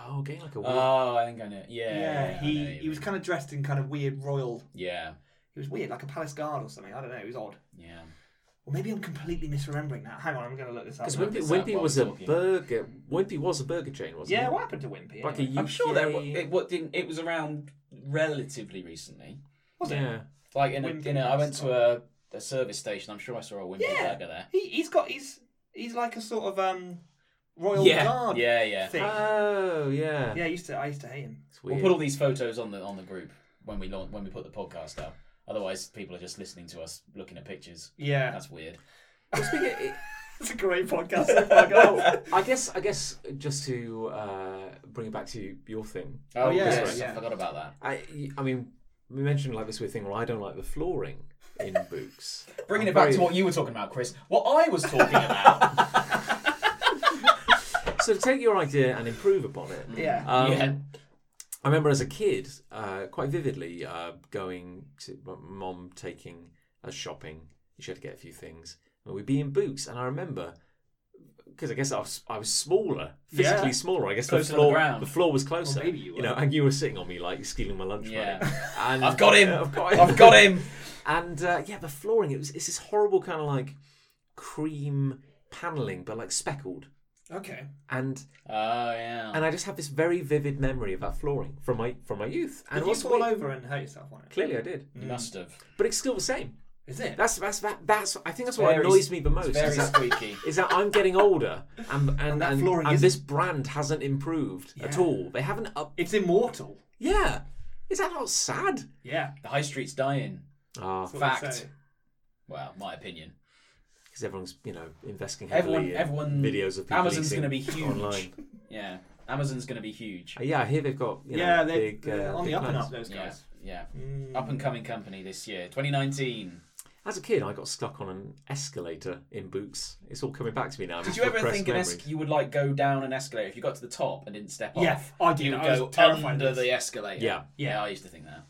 Speaker 1: Oh, getting like a weird
Speaker 2: Oh, I think I know. Yeah,
Speaker 3: Yeah,
Speaker 2: yeah, I know
Speaker 3: he
Speaker 2: you
Speaker 3: he was
Speaker 2: mean.
Speaker 3: kind of dressed in kind of weird royal.
Speaker 2: Yeah,
Speaker 3: He was weird, like a palace guard or something. I don't know. It was odd.
Speaker 2: yeah.
Speaker 3: Or maybe I'm completely misremembering that. Hang on, I'm going to look this up.
Speaker 1: Because
Speaker 2: Look
Speaker 1: Wimpy,
Speaker 2: this up
Speaker 1: Wimpy
Speaker 2: while
Speaker 1: was
Speaker 2: we're
Speaker 1: a
Speaker 2: talking.
Speaker 1: burger. Wimpy was a burger chain, wasn't
Speaker 3: Yeah,
Speaker 1: it?
Speaker 3: what happened to Wimpy?
Speaker 1: Like a
Speaker 3: anyway?
Speaker 1: UK.
Speaker 2: I'm sure there. wa- It what didn't. It was around relatively recently.
Speaker 3: was it?
Speaker 1: yeah.
Speaker 2: Like in a,
Speaker 3: Wimpy
Speaker 2: in a I went to a,
Speaker 3: restaurant.
Speaker 2: a service station. I'm sure I saw a wimpy
Speaker 3: Yeah.
Speaker 2: burger there.
Speaker 3: He he's got he's he's like a sort of um royal
Speaker 2: yeah,
Speaker 3: guard
Speaker 2: yeah, yeah.
Speaker 3: thing.
Speaker 1: Oh, yeah.
Speaker 3: yeah, I used to I used to hate him.
Speaker 1: It's
Speaker 2: We'll
Speaker 1: weird.
Speaker 2: put all these photos on the on the group when we launch when we put the podcast up. Otherwise, people are just listening to us looking at pictures.
Speaker 3: Yeah,
Speaker 2: That's weird.
Speaker 1: Speaking of- it-
Speaker 3: that's a great podcast. so far, guys.
Speaker 1: I guess. I guess just to uh, bring it back to your thing.
Speaker 3: Oh, yeah,
Speaker 2: Christmas, I
Speaker 3: yeah.
Speaker 2: forgot about that.
Speaker 1: I. I mean, we mentioned like this weird thing. Well, I don't like the flooring in books.
Speaker 2: Bringing
Speaker 1: I'm
Speaker 2: it back
Speaker 1: very-
Speaker 2: to what you were talking about, Chris. What I was talking about.
Speaker 1: So take your idea and improve upon it.
Speaker 3: yeah.
Speaker 1: Um,
Speaker 2: Mm. Yeah.
Speaker 1: I remember as a kid, uh, quite vividly, uh, going to my mom taking us shopping. She had to get a few things. And we'd be in Boots, and I remember because I guess I was, I was smaller, physically
Speaker 2: Yeah.
Speaker 1: smaller. I guess
Speaker 2: Closer to
Speaker 1: the
Speaker 2: the
Speaker 1: floor
Speaker 2: ground.
Speaker 1: floor was closer.
Speaker 3: maybe you
Speaker 1: know,
Speaker 3: were.
Speaker 1: and you were sitting on me like stealing my lunch money.
Speaker 2: Yeah.
Speaker 1: And
Speaker 2: I've got him.
Speaker 1: I've got him.
Speaker 2: I've got him.
Speaker 1: And uh, yeah, the flooring it was it's this horrible kind of like cream paneling, but like speckled.
Speaker 3: Okay.
Speaker 1: And
Speaker 2: Oh yeah.
Speaker 1: and I just have this very vivid memory of that flooring from my from my youth. And
Speaker 3: Did you
Speaker 1: what's
Speaker 3: fall
Speaker 1: funny-
Speaker 3: over and hurt yourself on it?
Speaker 1: Clearly, I did,
Speaker 2: you must have.
Speaker 1: but it's still the same.
Speaker 3: Is it?
Speaker 1: That's that's that, that's I think that's what
Speaker 2: Very-
Speaker 1: annoys me the most.
Speaker 2: It's very
Speaker 1: Is that,
Speaker 2: squeaky.
Speaker 1: is that I'm getting older, and and, and,
Speaker 3: that
Speaker 1: and,
Speaker 3: flooring isn't-
Speaker 1: this brand hasn't improved at
Speaker 3: Yeah.
Speaker 1: all. They haven't up.
Speaker 3: It's immortal.
Speaker 1: Yeah, is that not sad?
Speaker 3: Yeah.
Speaker 2: The high street's dying.
Speaker 1: Ah,
Speaker 3: that's what they
Speaker 2: Fact.
Speaker 3: say.
Speaker 2: Well, my opinion.
Speaker 1: because everyone's you know investing heavily
Speaker 2: Everyone,
Speaker 1: in
Speaker 2: everyone.
Speaker 1: videos of people
Speaker 2: Amazon's
Speaker 1: eating
Speaker 2: going to be huge.
Speaker 1: online.
Speaker 2: Yeah, Amazon's going to be huge.
Speaker 1: Uh, yeah, I hear they've got you know,
Speaker 3: yeah, they're,
Speaker 1: big,
Speaker 3: they're
Speaker 1: uh,
Speaker 3: on the
Speaker 1: big
Speaker 3: up and
Speaker 1: plans.
Speaker 3: up, those
Speaker 2: Yeah,
Speaker 3: guys.
Speaker 2: yeah.
Speaker 3: Mm.
Speaker 2: Up and coming company this year, 2019.
Speaker 1: As a kid, I got stuck on an escalator in Boots. It's all coming back to me now.
Speaker 2: Did you ever think an es- you would like go down an escalator if you got to the top and didn't step
Speaker 3: Yeah,
Speaker 2: off?
Speaker 3: I did.
Speaker 2: You would
Speaker 3: I was
Speaker 2: go
Speaker 3: terrified of
Speaker 2: under
Speaker 3: this.
Speaker 2: the escalator.
Speaker 1: Yeah.
Speaker 2: yeah. I used to think that.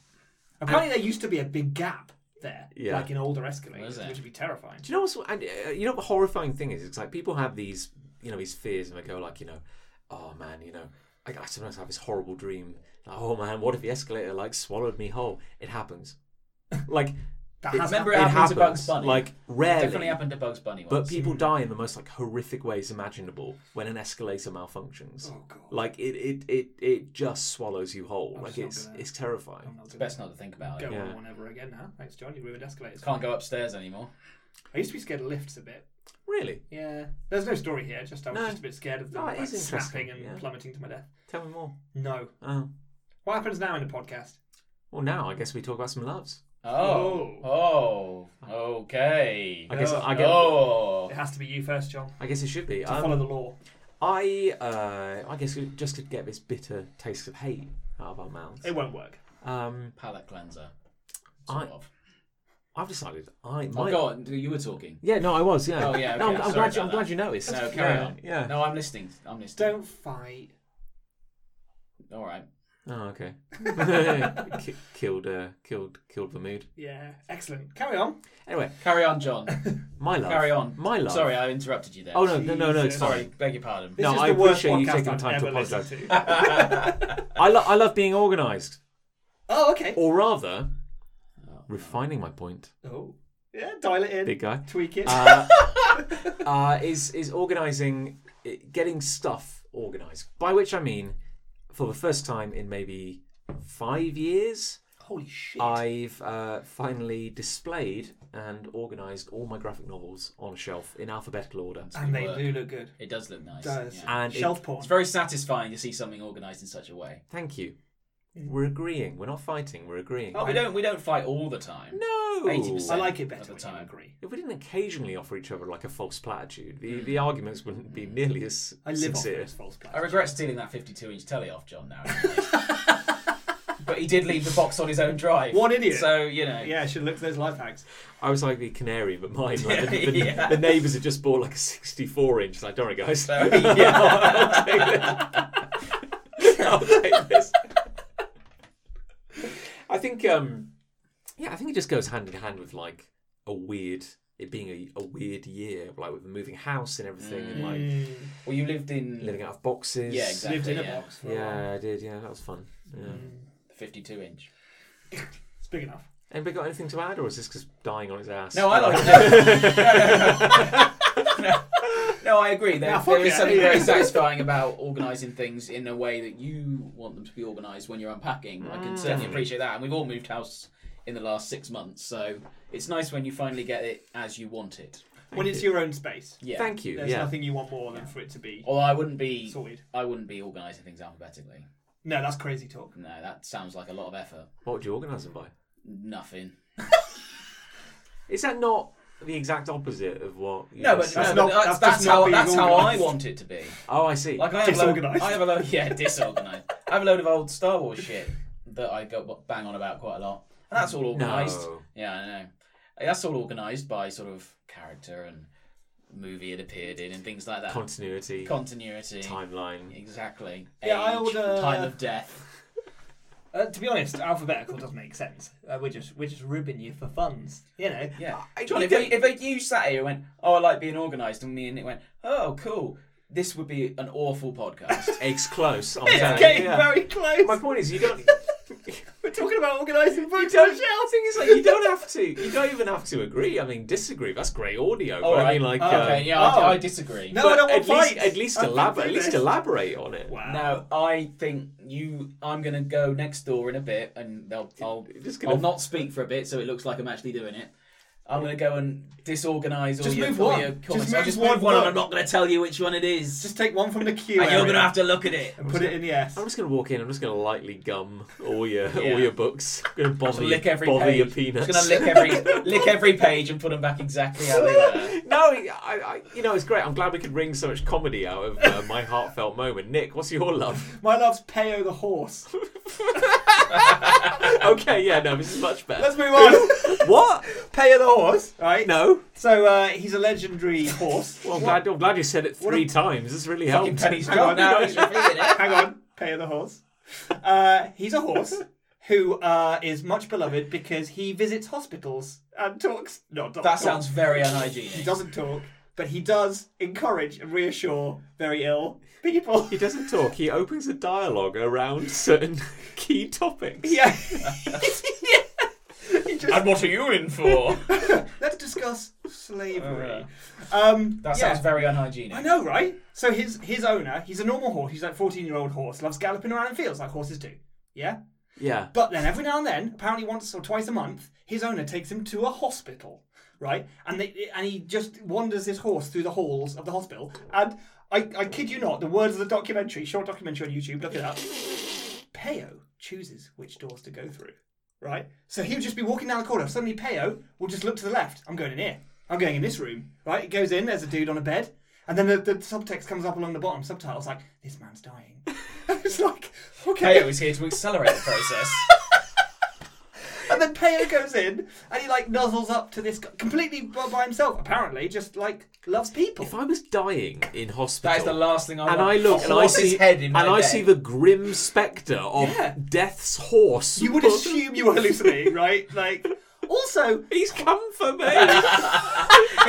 Speaker 3: Apparently, there used to be a big gap there,
Speaker 1: Yeah.
Speaker 3: like in older
Speaker 2: Was
Speaker 3: escalators,
Speaker 2: there?
Speaker 3: which would be terrifying.
Speaker 1: Do you know what's and, uh, you know what the horrifying thing is? It's like people have these you know these fears and they go like you know, oh man, you know, I, I sometimes have this horrible dream. Like, oh man, what if the escalator like swallowed me whole? It happens. Like
Speaker 3: That
Speaker 1: It-
Speaker 3: has
Speaker 2: Remember, it
Speaker 3: happened.
Speaker 1: it
Speaker 2: happened
Speaker 1: happens.
Speaker 2: to Bugs Bunny.
Speaker 1: Like
Speaker 2: It
Speaker 1: rarely.
Speaker 2: definitely happened to Bugs Bunny
Speaker 1: But
Speaker 2: once.
Speaker 1: people die in the most like horrific ways imaginable when an escalator malfunctions.
Speaker 3: Oh, God.
Speaker 1: Like it, it, it, it just swallows you whole. like
Speaker 3: just not
Speaker 1: it's
Speaker 3: gonna-
Speaker 1: it's terrifying.
Speaker 3: I'm not gonna
Speaker 2: Best not to think about
Speaker 3: go
Speaker 2: it.
Speaker 1: Yeah.
Speaker 3: on one ever again now. Thanks, John. You ruined escalators.
Speaker 2: Can't go upstairs anymore.
Speaker 3: I used to be scared of lifts a bit.
Speaker 1: Really?
Speaker 3: Yeah. There's no story here. Just I was
Speaker 1: No.
Speaker 3: just a bit scared of them
Speaker 1: No, it
Speaker 3: like,
Speaker 1: is interesting,
Speaker 3: snapping and
Speaker 1: yeah.
Speaker 3: plummeting to my death.
Speaker 1: Tell me more.
Speaker 3: No.
Speaker 1: Oh.
Speaker 3: What happens now in the podcast?
Speaker 1: Well, now I guess we talk about some loves.
Speaker 2: Oh, oh, okay.
Speaker 1: I guess
Speaker 3: No.
Speaker 1: I guess
Speaker 2: Oh,
Speaker 3: It has to be you first, John.
Speaker 1: I guess it should be.
Speaker 3: To
Speaker 1: Um,
Speaker 3: follow the law.
Speaker 1: I uh, I guess we just could get this bitter taste of hate out of our mouths.
Speaker 3: It won't work.
Speaker 1: Um,
Speaker 2: palate cleanser. Sort
Speaker 1: I-
Speaker 2: of.
Speaker 1: I've decided I
Speaker 2: Oh,
Speaker 1: might.
Speaker 2: go on. You were talking.
Speaker 1: Yeah, no, I was. Yeah.
Speaker 2: Oh, yeah,
Speaker 1: No, I'm, I'm
Speaker 2: okay, sorry
Speaker 1: glad. You,
Speaker 2: about
Speaker 1: I'm glad
Speaker 2: that.
Speaker 1: you noticed.
Speaker 2: No, carry
Speaker 1: yeah,
Speaker 2: on.
Speaker 1: Yeah.
Speaker 2: No, I'm listening. I'm listening.
Speaker 3: Don't fight.
Speaker 2: All right.
Speaker 1: Oh, okay. Ki- killed, uh, killed, killed the mood.
Speaker 3: Yeah. Excellent. Carry on.
Speaker 1: Anyway,
Speaker 2: Carry on, John.
Speaker 1: my love.
Speaker 2: Carry on.
Speaker 1: My love.
Speaker 2: Sorry, I interrupted you there.
Speaker 1: Oh no, no, no, no. It's
Speaker 3: Jesus.
Speaker 1: fine.
Speaker 2: Sorry, beg your pardon.
Speaker 3: This
Speaker 1: No,
Speaker 3: is
Speaker 1: I
Speaker 3: the worst
Speaker 1: appreciate you
Speaker 3: podcast
Speaker 1: taking the
Speaker 3: I've
Speaker 1: time to
Speaker 3: ever listened to.
Speaker 1: I, lo- I love being organised,
Speaker 3: oh, okay.
Speaker 1: or rather, refining my point,
Speaker 3: Oh. Yeah, dial it in.
Speaker 1: big guy.
Speaker 3: Tweak it.
Speaker 1: Uh, uh, is is organising, i- getting stuff organised. By which I mean, for the first time in maybe five years,
Speaker 3: Holy shit.
Speaker 1: I've uh, finally displayed and organised all my graphic novels on a shelf in alphabetical order.
Speaker 3: and they
Speaker 2: work.
Speaker 3: do look good.
Speaker 2: It does look nice.
Speaker 3: Does.
Speaker 2: yeah.
Speaker 1: And it-
Speaker 3: Shelf porn.
Speaker 2: It's very satisfying to see something organised in such a way.
Speaker 1: Thank you. We're agreeing. We're not fighting. We're agreeing.
Speaker 2: Oh, we don't we don't fight all the time.
Speaker 1: no.
Speaker 2: 80%.
Speaker 3: I like it
Speaker 2: At
Speaker 3: better
Speaker 2: the
Speaker 3: when you
Speaker 2: time.
Speaker 3: agree.
Speaker 1: If we didn't occasionally offer each other like a false platitude, the, the arguments wouldn't be nearly as
Speaker 3: I live off
Speaker 1: sincere.
Speaker 3: those false
Speaker 2: I
Speaker 3: platitudes.
Speaker 2: regret stealing that 52-inch telly off John now. but he did leave the box on his own drive.
Speaker 3: What idiot.
Speaker 2: So you know.
Speaker 3: Yeah, I should look for those life hacks.
Speaker 1: I was like the canary, but mine, like, the, the,
Speaker 2: Yeah.
Speaker 1: the neighbours had just bought like a 64 inch. Like, don't worry, guys.
Speaker 2: So, yeah.
Speaker 1: I'll take this. I'll take this. I think, um, yeah, I think it just goes hand in hand with like a weird, it being a, a weird year, like with moving house and everything, and
Speaker 3: Hmm,
Speaker 1: like
Speaker 2: Well, you lived in
Speaker 1: living out of boxes.
Speaker 2: Yeah, exactly.
Speaker 3: Lived in a
Speaker 2: yeah.
Speaker 3: box for a while.
Speaker 1: Yeah, I did. Yeah, that was fun. Yeah.
Speaker 2: fifty-two-inch.
Speaker 3: It's big enough.
Speaker 1: Anybody got anything to add, or is this just dying on its ass?
Speaker 2: No, I like it. No, no, no, no. No, no, I agree. There,
Speaker 3: Nah, fuck
Speaker 2: there is
Speaker 3: it.
Speaker 2: something very satisfying about organising things in a way that you want them to be organised when you're unpacking. I can certainly appreciate that. And we've all moved house in the last six months, so it's nice when you finally get it as you want it.
Speaker 3: when it's your own space.
Speaker 2: Yeah.
Speaker 1: Thank you.
Speaker 3: There's
Speaker 1: yeah.
Speaker 3: nothing you want more than for it to be
Speaker 2: Although I wouldn't be,
Speaker 3: sorted.
Speaker 2: I wouldn't be organising things alphabetically.
Speaker 3: No, that's crazy talk.
Speaker 2: No, that sounds like a lot of effort.
Speaker 1: What would you organise them by?
Speaker 2: Nothing.
Speaker 1: Is that not the exact opposite of what? You
Speaker 2: No, but
Speaker 1: just
Speaker 2: no,
Speaker 1: said?
Speaker 3: not-
Speaker 2: but that's, that's
Speaker 3: that's just not
Speaker 2: how
Speaker 3: being
Speaker 2: that's how I
Speaker 3: organised.
Speaker 2: want it to be.
Speaker 1: Oh, I see.
Speaker 2: Like I have
Speaker 3: Disorganised.
Speaker 2: A load, I have a load. Yeah, disorganized. I have a load of old Star Wars shit that I go bang on about quite a lot, and that's all organized.
Speaker 1: No.
Speaker 2: Yeah, I know. That's all organized by sort of character and movie it appeared in and things like that.
Speaker 1: Continuity,
Speaker 2: Continuity.
Speaker 1: timeline.
Speaker 2: Exactly.
Speaker 3: Yeah, I
Speaker 2: Age,
Speaker 3: would, uh,
Speaker 2: Time of death.
Speaker 3: Uh, to be honest, alphabetical does make sense. Uh, we're just we're just ribbing you for funds, you know.
Speaker 2: Yeah.
Speaker 3: I-
Speaker 2: John,
Speaker 3: you
Speaker 2: if, they,
Speaker 3: don't-
Speaker 2: if they, you sat here and went, oh, I like being organised, and me and it went, oh, cool, this would be an awful podcast.
Speaker 1: It's close. I'm
Speaker 3: it's
Speaker 1: telling
Speaker 3: getting
Speaker 1: you, yeah.
Speaker 3: very close.
Speaker 1: My point is, you don't.
Speaker 3: We're talking about organising votes.
Speaker 1: Don't thing is like you don't have to. You don't even have to agree. I mean, disagree. That's great audio. but I mean, like,
Speaker 2: Oh,
Speaker 1: uh,
Speaker 2: okay, yeah, I,
Speaker 3: oh.
Speaker 2: I disagree.
Speaker 3: No,
Speaker 1: but
Speaker 3: I don't
Speaker 1: at
Speaker 3: want
Speaker 1: least,
Speaker 3: fights.
Speaker 1: at least
Speaker 3: I've been
Speaker 1: elaborate.
Speaker 3: through
Speaker 1: At least
Speaker 3: this.
Speaker 1: elaborate on it.
Speaker 3: Wow.
Speaker 2: No, I think you. I'm gonna go next door in a bit, and they'll. I'll,
Speaker 1: You're just gonna-
Speaker 2: I'll not speak for a bit, so it looks like I'm actually doing it. I'm gonna go and disorganise all
Speaker 3: Just
Speaker 2: your,
Speaker 3: move
Speaker 2: all
Speaker 3: one.
Speaker 2: your
Speaker 3: Just
Speaker 2: comments. I
Speaker 3: move
Speaker 2: just
Speaker 3: one
Speaker 2: move one, and
Speaker 3: vote.
Speaker 2: I'm not gonna tell you which one it is.
Speaker 3: Just take one from the queue.
Speaker 2: and you're
Speaker 3: area
Speaker 2: gonna have to look at it.
Speaker 3: and put it in the S.
Speaker 1: I'm just gonna walk in. I'm just gonna lightly gum all your
Speaker 2: Yeah.
Speaker 1: all your books. I'm gonna bother your,
Speaker 2: lick every
Speaker 1: bother
Speaker 2: page.
Speaker 1: your peanuts.
Speaker 2: Just gonna lick every lick every page and put them back exactly how they were.
Speaker 1: No, I, I, you know, it's great. I'm glad we could wring so much comedy out of uh, my heartfelt moment. Nick, what's your love?
Speaker 3: My love's Peo the horse.
Speaker 1: okay, yeah, no, this is much better.
Speaker 3: Let's move on.
Speaker 1: What?
Speaker 3: Peo the horse, right?
Speaker 1: No.
Speaker 3: So uh, he's a legendary horse.
Speaker 1: Well, I'm glad, I'm glad you said it three times. This really
Speaker 2: Fucking
Speaker 1: helped.
Speaker 2: pennies
Speaker 3: Hang
Speaker 2: drop
Speaker 3: on.
Speaker 2: now. He's repeating it.
Speaker 3: Hang on, Peo the horse. Uh, he's a horse who uh, is much beloved because he visits hospitals and talks. No, not
Speaker 2: That
Speaker 3: talks.
Speaker 2: sounds very
Speaker 3: He
Speaker 2: unhygienic.
Speaker 3: doesn't talk, but he does encourage and reassure very ill people.
Speaker 1: He doesn't talk. He opens a dialogue around certain key topics.
Speaker 3: Yeah. yeah. He just,
Speaker 1: what are you in for?
Speaker 3: let's discuss slavery.
Speaker 2: Alright.
Speaker 3: Um,
Speaker 2: That
Speaker 3: yeah.
Speaker 2: sounds very
Speaker 3: I
Speaker 2: unhygienic.
Speaker 3: know, right? So his his owner, he's a normal horse. He's like fourteen year old horse, loves galloping around in fields like horses do. Yeah.
Speaker 1: yeah.
Speaker 3: But then every now and then, apparently once or twice a month, his owner takes him to a hospital, right? And they, and he just wanders his horse through the halls of the hospital. And I, I kid you not, the words of the documentary, short documentary on YouTube, look it up. Peo chooses which doors to go through, right? So he'll just be walking down the corridor. Suddenly, Peo will just look to the left. I'm going in here. I'm going in this room, right? It goes in. There's a dude on a bed, and then the, the subtext comes up along the bottom. Subtitles like, "This man's dying." it's like, okay,
Speaker 2: Kato is here to accelerate the process.
Speaker 3: And then Peo goes in and he like nuzzles up to this guy completely by by himself, apparently, just like loves people.
Speaker 1: If I was dying in hospital,
Speaker 2: That is the last thing I want.
Speaker 1: and I look
Speaker 2: A
Speaker 1: and I
Speaker 2: horse's
Speaker 1: see
Speaker 2: head in
Speaker 1: and
Speaker 2: my
Speaker 1: I
Speaker 2: bed.
Speaker 1: see the grim spectre of
Speaker 3: Yeah.
Speaker 1: death's horse.
Speaker 3: You would assume you were hallucinating, right? Like also
Speaker 1: he's come for me.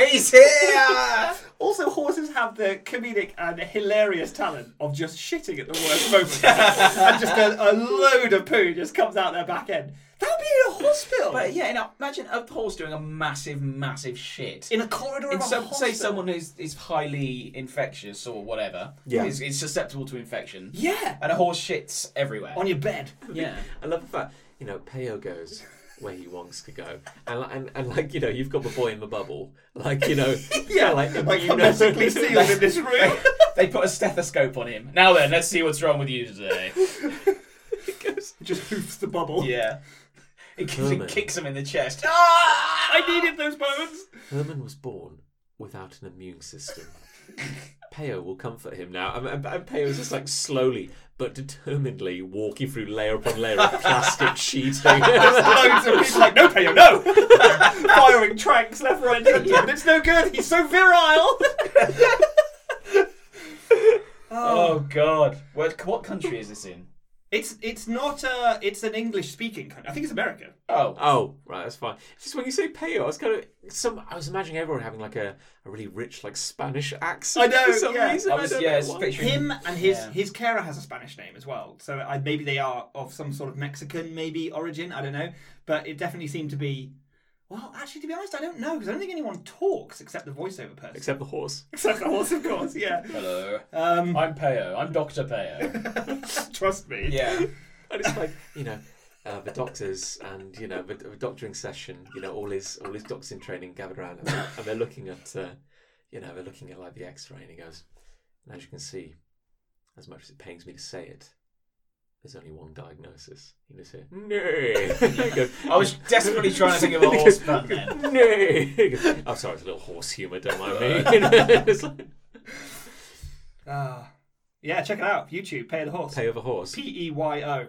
Speaker 2: He's here.
Speaker 3: also horses have the comedic and hilarious talent of just shitting at the worst moment. and just a, a load of poo just comes out their back end. That would be in a hospital.
Speaker 2: But yeah, you know, imagine a horse doing a massive, massive shit.
Speaker 3: in a corridor
Speaker 2: In
Speaker 3: of a
Speaker 2: some, say
Speaker 3: hospital.
Speaker 2: someone who's is highly infectious or whatever,
Speaker 1: Yeah.
Speaker 2: is, is susceptible to infection,
Speaker 3: Yeah.
Speaker 2: and a horse shits everywhere.
Speaker 3: On your bed.
Speaker 2: yeah,
Speaker 1: I love the fact you know Peo goes where he wants to go, and li- and, and like you know you've got the boy in the bubble, like you know
Speaker 3: Yeah,
Speaker 1: like,
Speaker 3: like
Speaker 1: you know-
Speaker 3: hermetically sealed in this room.
Speaker 2: they put a stethoscope on him. Now then, let's see what's wrong with you today.
Speaker 3: just hoofs the bubble.
Speaker 2: yeah, it, kicks- it
Speaker 1: Herman.
Speaker 2: kicks him in the chest.
Speaker 3: Ah, I needed those moments.
Speaker 1: Herman was born without an immune system. Peo will comfort him now, and, and, and Peo is just like slowly but determinedly walking through layer upon layer of plastic sheeting.
Speaker 3: loads of people like, no, Peo, no! Firing tranks left, right, and centre, but it's no good. He's so virile.
Speaker 2: Oh God, what, what country is this in?
Speaker 3: It's it's not uh it's an English speaking country. I think it's America.
Speaker 2: Oh,
Speaker 1: Oh, right, that's fine. It's Just when you say Peo, I was kind of some. I was imagining everyone having like a, a really rich like Spanish accent.
Speaker 3: I know,
Speaker 1: for some
Speaker 3: yeah.
Speaker 1: reason.
Speaker 2: I
Speaker 1: I
Speaker 2: was-
Speaker 1: don't
Speaker 2: yeah,
Speaker 1: know
Speaker 2: it's
Speaker 1: why.
Speaker 2: picturing-
Speaker 3: Him and his
Speaker 2: Yeah.
Speaker 3: his carer has a Spanish name as well, so I, maybe they are of some sort of Mexican maybe origin. I don't know, but it definitely seemed to be. Well, actually, to be honest, I don't know because I don't think anyone talks except the voiceover person.
Speaker 1: except the horse.
Speaker 3: Except the horse, of course. Yeah,
Speaker 2: hello.
Speaker 3: um,
Speaker 2: I'm Peo. I'm Doctor Peo.
Speaker 3: trust me.
Speaker 2: Yeah.
Speaker 1: and it's like you know uh, the doctors and you know the, the doctoring session you know all his all his docs in training gathered around and they're, and they're looking at uh, you know they're looking at like the x-ray and he goes and as you can see as much as it pains me to say it there's only one diagnosis he just said no He goes,
Speaker 2: I was desperately trying to think of a horse pun then.
Speaker 1: no He goes, oh sorry it's a little horse humour don't mind me it's like,
Speaker 3: Ah. yeah. Check it out. YouTube. Pay the horse.
Speaker 1: pay of a horse do
Speaker 3: P E Y O.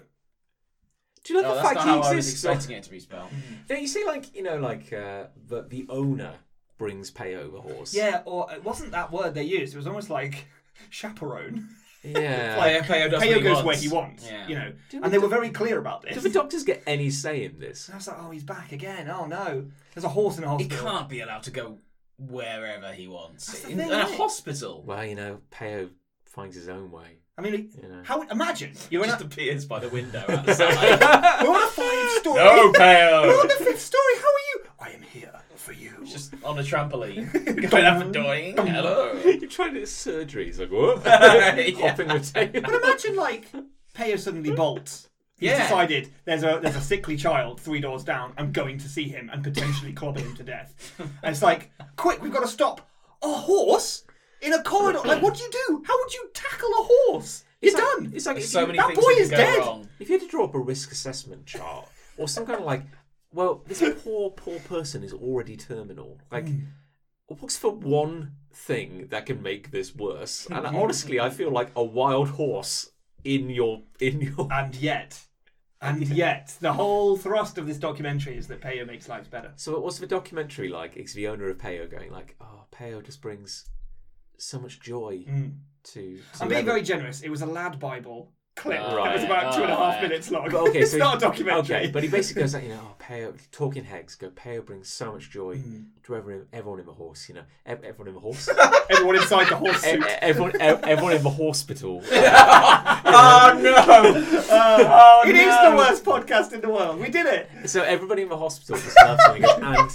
Speaker 1: you know
Speaker 2: No,
Speaker 1: the
Speaker 2: Oh, that's
Speaker 1: fact
Speaker 2: not
Speaker 1: he
Speaker 2: how I was
Speaker 1: exists or-
Speaker 2: expecting it to be spelled.
Speaker 1: No, you see, like you know, like uh, the the owner brings pay over horse.
Speaker 3: Yeah, or it wasn't that word they used. It was almost like chaperone.
Speaker 1: yeah.
Speaker 2: Player, player does
Speaker 3: Kayo
Speaker 2: what he
Speaker 3: goes
Speaker 2: wants.
Speaker 3: where he wants,
Speaker 2: Yeah.
Speaker 3: you know.
Speaker 1: Do
Speaker 3: and
Speaker 1: the
Speaker 3: they were very clear about
Speaker 1: Do
Speaker 3: this.
Speaker 1: the doctors get any say in this?
Speaker 3: And I was like, oh, he's back again. Oh no, there's a horse in a
Speaker 2: He
Speaker 3: hospital.
Speaker 2: can't be allowed to go wherever he wants.
Speaker 3: That's the
Speaker 2: In,
Speaker 3: thing,
Speaker 2: in a
Speaker 3: isn't it?
Speaker 2: hospital.
Speaker 1: Well, you know, Peo finds his own way.
Speaker 3: I mean, he-
Speaker 1: You know.
Speaker 3: how imagine you're in
Speaker 2: just
Speaker 3: a,
Speaker 2: appears by the window outside.
Speaker 3: we're on a five story. We're on
Speaker 1: Peo.
Speaker 3: the fifth story. How are you? I am here for you.
Speaker 2: just on a trampoline. going up and doing. Hello.
Speaker 1: you tried it as surgery. He's like, what?
Speaker 2: Yeah.
Speaker 1: Hopping with
Speaker 3: But
Speaker 1: Teo.
Speaker 3: imagine like Peo suddenly bolts. He's
Speaker 2: Yeah.
Speaker 3: decided there's a there's a sickly child three doors down. I'm going to see him and potentially clobber him to death. And it's like, quick, we've got to stop a horse in a corridor. Like, what do you do? How would you tackle a horse? You're
Speaker 1: It's like-
Speaker 3: done.
Speaker 1: It's like
Speaker 2: There's
Speaker 1: if
Speaker 2: so
Speaker 1: you-
Speaker 2: many
Speaker 3: that
Speaker 2: things
Speaker 3: boy
Speaker 2: that
Speaker 3: is
Speaker 2: can go
Speaker 3: dead.
Speaker 2: wrong.
Speaker 1: If you had to draw up a risk assessment chart or some kind of like, well, this poor, poor person is already terminal. Like, what's for one thing that can make this worse? And honestly, I feel like a wild horse in your in your.
Speaker 3: And yet, and yet, the whole thrust of this documentary is that Peo makes lives better.
Speaker 1: So what's the documentary like? It's the owner of Peo going like, oh, Peo just brings so much joy to. to
Speaker 3: Mm. I'm being
Speaker 1: every-
Speaker 3: very generous. It was a lad Bible clip that was
Speaker 1: Right.
Speaker 3: about two and a half
Speaker 2: Alright.
Speaker 3: minutes long.
Speaker 1: But okay,
Speaker 3: it's
Speaker 1: so
Speaker 3: not a documentary.
Speaker 1: Okay, but he basically goes like, you know, oh, Peo, talking heads go. Peo brings so much joy
Speaker 3: Mm.
Speaker 1: to everyone, everyone in the horse. You know, ev- everyone in the horse.
Speaker 3: Everyone inside the horse
Speaker 1: E-
Speaker 3: suit.
Speaker 1: everyone, e- everyone in the hospital.
Speaker 3: oh no!
Speaker 2: Oh,
Speaker 3: It is
Speaker 2: no.
Speaker 3: the worst podcast in the world. We did it.
Speaker 1: so everybody in the hospital just loves him, and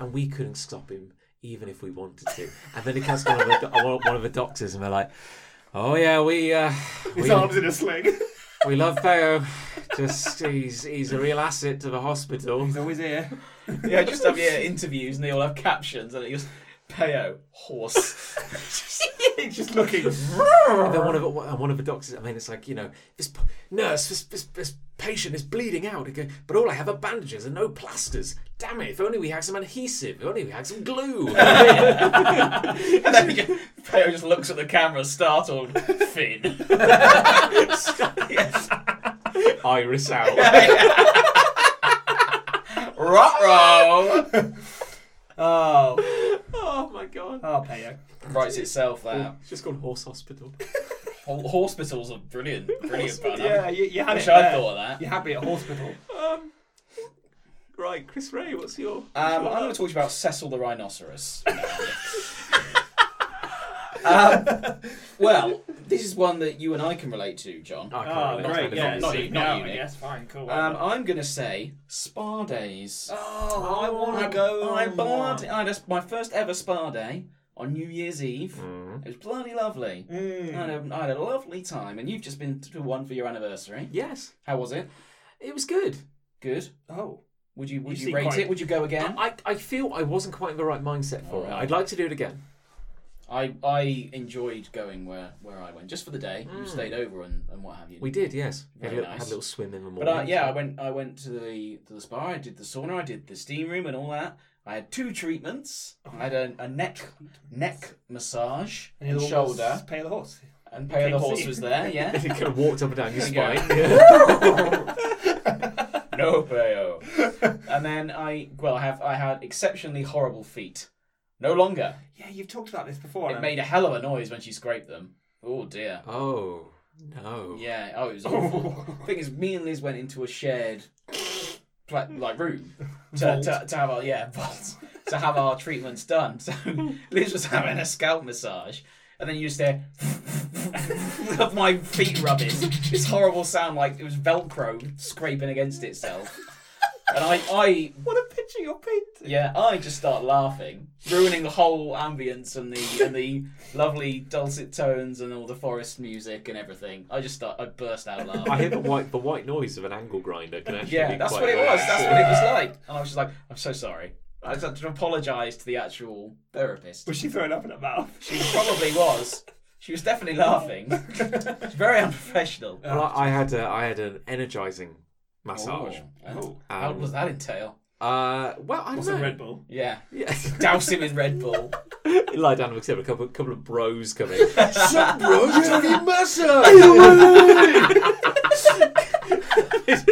Speaker 1: and we couldn't stop him even if we wanted to. And then he comes to one of the, do- one- one of the doctors, and they're like, "Oh yeah, we uh,
Speaker 3: His
Speaker 1: we,
Speaker 3: arms in a sling.
Speaker 1: we love Theo. Just he's he's a real asset to the hospital."
Speaker 3: He's always here.
Speaker 2: Yeah, just have your interviews and they all have captions and it just Peo horse.
Speaker 3: He's just looking.
Speaker 1: And then one of the- one of the doctors, I mean, it's like you know, this p- nurse, this this, this patient is bleeding out. Okay, but all I have are bandages and no plasters. Damn it! If only we had some adhesive. If only we had some glue.
Speaker 2: and then he just, Peo just looks at the camera, startled. Finn. yes.
Speaker 1: Iris out.
Speaker 2: Ruh-roh.
Speaker 3: Oh,
Speaker 1: oh my god.
Speaker 3: oh, Peo.
Speaker 2: Writes itself there.
Speaker 1: It's just called Horse Hospital.
Speaker 2: Ho- Hospitals are brilliant. Brilliant. man.
Speaker 3: Yeah, you, you had
Speaker 2: I wish
Speaker 3: it.
Speaker 2: I'd
Speaker 3: there.
Speaker 2: thought of that.
Speaker 3: You're happy at hospital.
Speaker 1: Right, Chris Ray, what's your.
Speaker 2: Um, I'm going to talk to you about Cecil the rhinoceros. Um, well, this is one that you and I can relate to, John.
Speaker 1: I can't
Speaker 3: Oh,
Speaker 1: relate.
Speaker 3: great.
Speaker 1: Not-
Speaker 3: Yeah,
Speaker 1: not-
Speaker 3: so
Speaker 2: you-
Speaker 3: no,
Speaker 2: Ah, not you, Nick.
Speaker 3: Yes, fine, cool.
Speaker 2: Um, I'm going to say spa days.
Speaker 3: oh, I want
Speaker 2: I
Speaker 3: to go.
Speaker 2: I,
Speaker 3: on one.
Speaker 2: barred, I had a, my first ever spa day on New Year's Eve.
Speaker 3: Mm.
Speaker 2: It was bloody lovely. I, had a, I had a lovely time, and you've just been to one for your anniversary.
Speaker 1: Yes,
Speaker 2: How was it?
Speaker 1: it was good.
Speaker 2: Good.
Speaker 3: Oh,
Speaker 2: Would you would
Speaker 3: You
Speaker 2: you,
Speaker 3: seem
Speaker 2: rate
Speaker 3: quite-
Speaker 2: it? Would you go again?
Speaker 1: I, I feel I wasn't quite in the right mindset for it.
Speaker 2: Alright.
Speaker 1: I'd like to do it again.
Speaker 2: I I enjoyed going where where I went just for the day.
Speaker 3: Mm.
Speaker 2: You stayed over and, and what have you.
Speaker 1: We did, yes. We had, a
Speaker 2: Very
Speaker 1: little, had
Speaker 2: nice.
Speaker 1: a little swim in the
Speaker 2: But
Speaker 1: morning.
Speaker 2: I, yeah, I went. I went to the to the spa. I did the sauna. I did the steam room and all that. I had two treatments. I had a, a neck neck massage
Speaker 3: Oh and the
Speaker 2: and
Speaker 3: other one was
Speaker 2: shoulder,
Speaker 3: Peo the horse.
Speaker 2: and Peo the
Speaker 3: KFC.
Speaker 2: horse was there. Yeah,
Speaker 1: He kind of walked up and down your
Speaker 2: There you
Speaker 1: spine.
Speaker 2: no Peo. and then I well, I have I had exceptionally horrible feet. No longer.
Speaker 3: Yeah, you've talked about this before.
Speaker 2: It
Speaker 3: Alan.
Speaker 2: made a hell of a noise when she scraped them. Oh dear.
Speaker 1: oh, no.
Speaker 2: Yeah. Oh, it was awful. thing is, me and Liz went into a shared pla- like room to, to, to have our yeah vault, to have our treatments done. So Liz was having a scalp massage, and then you just hear of my feet rubbing this horrible sound like it was Velcro scraping against itself. And I, I,
Speaker 3: What a picture you're painting.
Speaker 2: yeah, I just start laughing, ruining the whole ambience and the and the lovely dulcet tones and all the forest music and everything. I just start, I burst out laughing.
Speaker 1: I hear the white, the white noise of an angle grinder can actually
Speaker 2: Yeah,
Speaker 1: be
Speaker 2: that's
Speaker 1: quite
Speaker 2: what it
Speaker 1: nice.
Speaker 2: was. That's what it was like. And I was just like, I'm so sorry. I just had to apologise to the actual therapist.
Speaker 3: Was she throwing up in her mouth?
Speaker 2: She probably was. She was definitely laughing.
Speaker 3: Oh,
Speaker 2: It's very unprofessional.
Speaker 1: Well, I, I had a, I had an energizing massage.
Speaker 2: Oh.
Speaker 3: Oh.
Speaker 2: How
Speaker 1: Um,
Speaker 2: does that entail?
Speaker 1: Uh, well, I don't
Speaker 3: Some
Speaker 1: know.
Speaker 3: Red Bull.
Speaker 2: Yeah.
Speaker 1: Yeah.
Speaker 2: Douse him in Red Bull.
Speaker 1: You lie down and accept a couple, couple of bros come in. Some bros have you massage. they, just,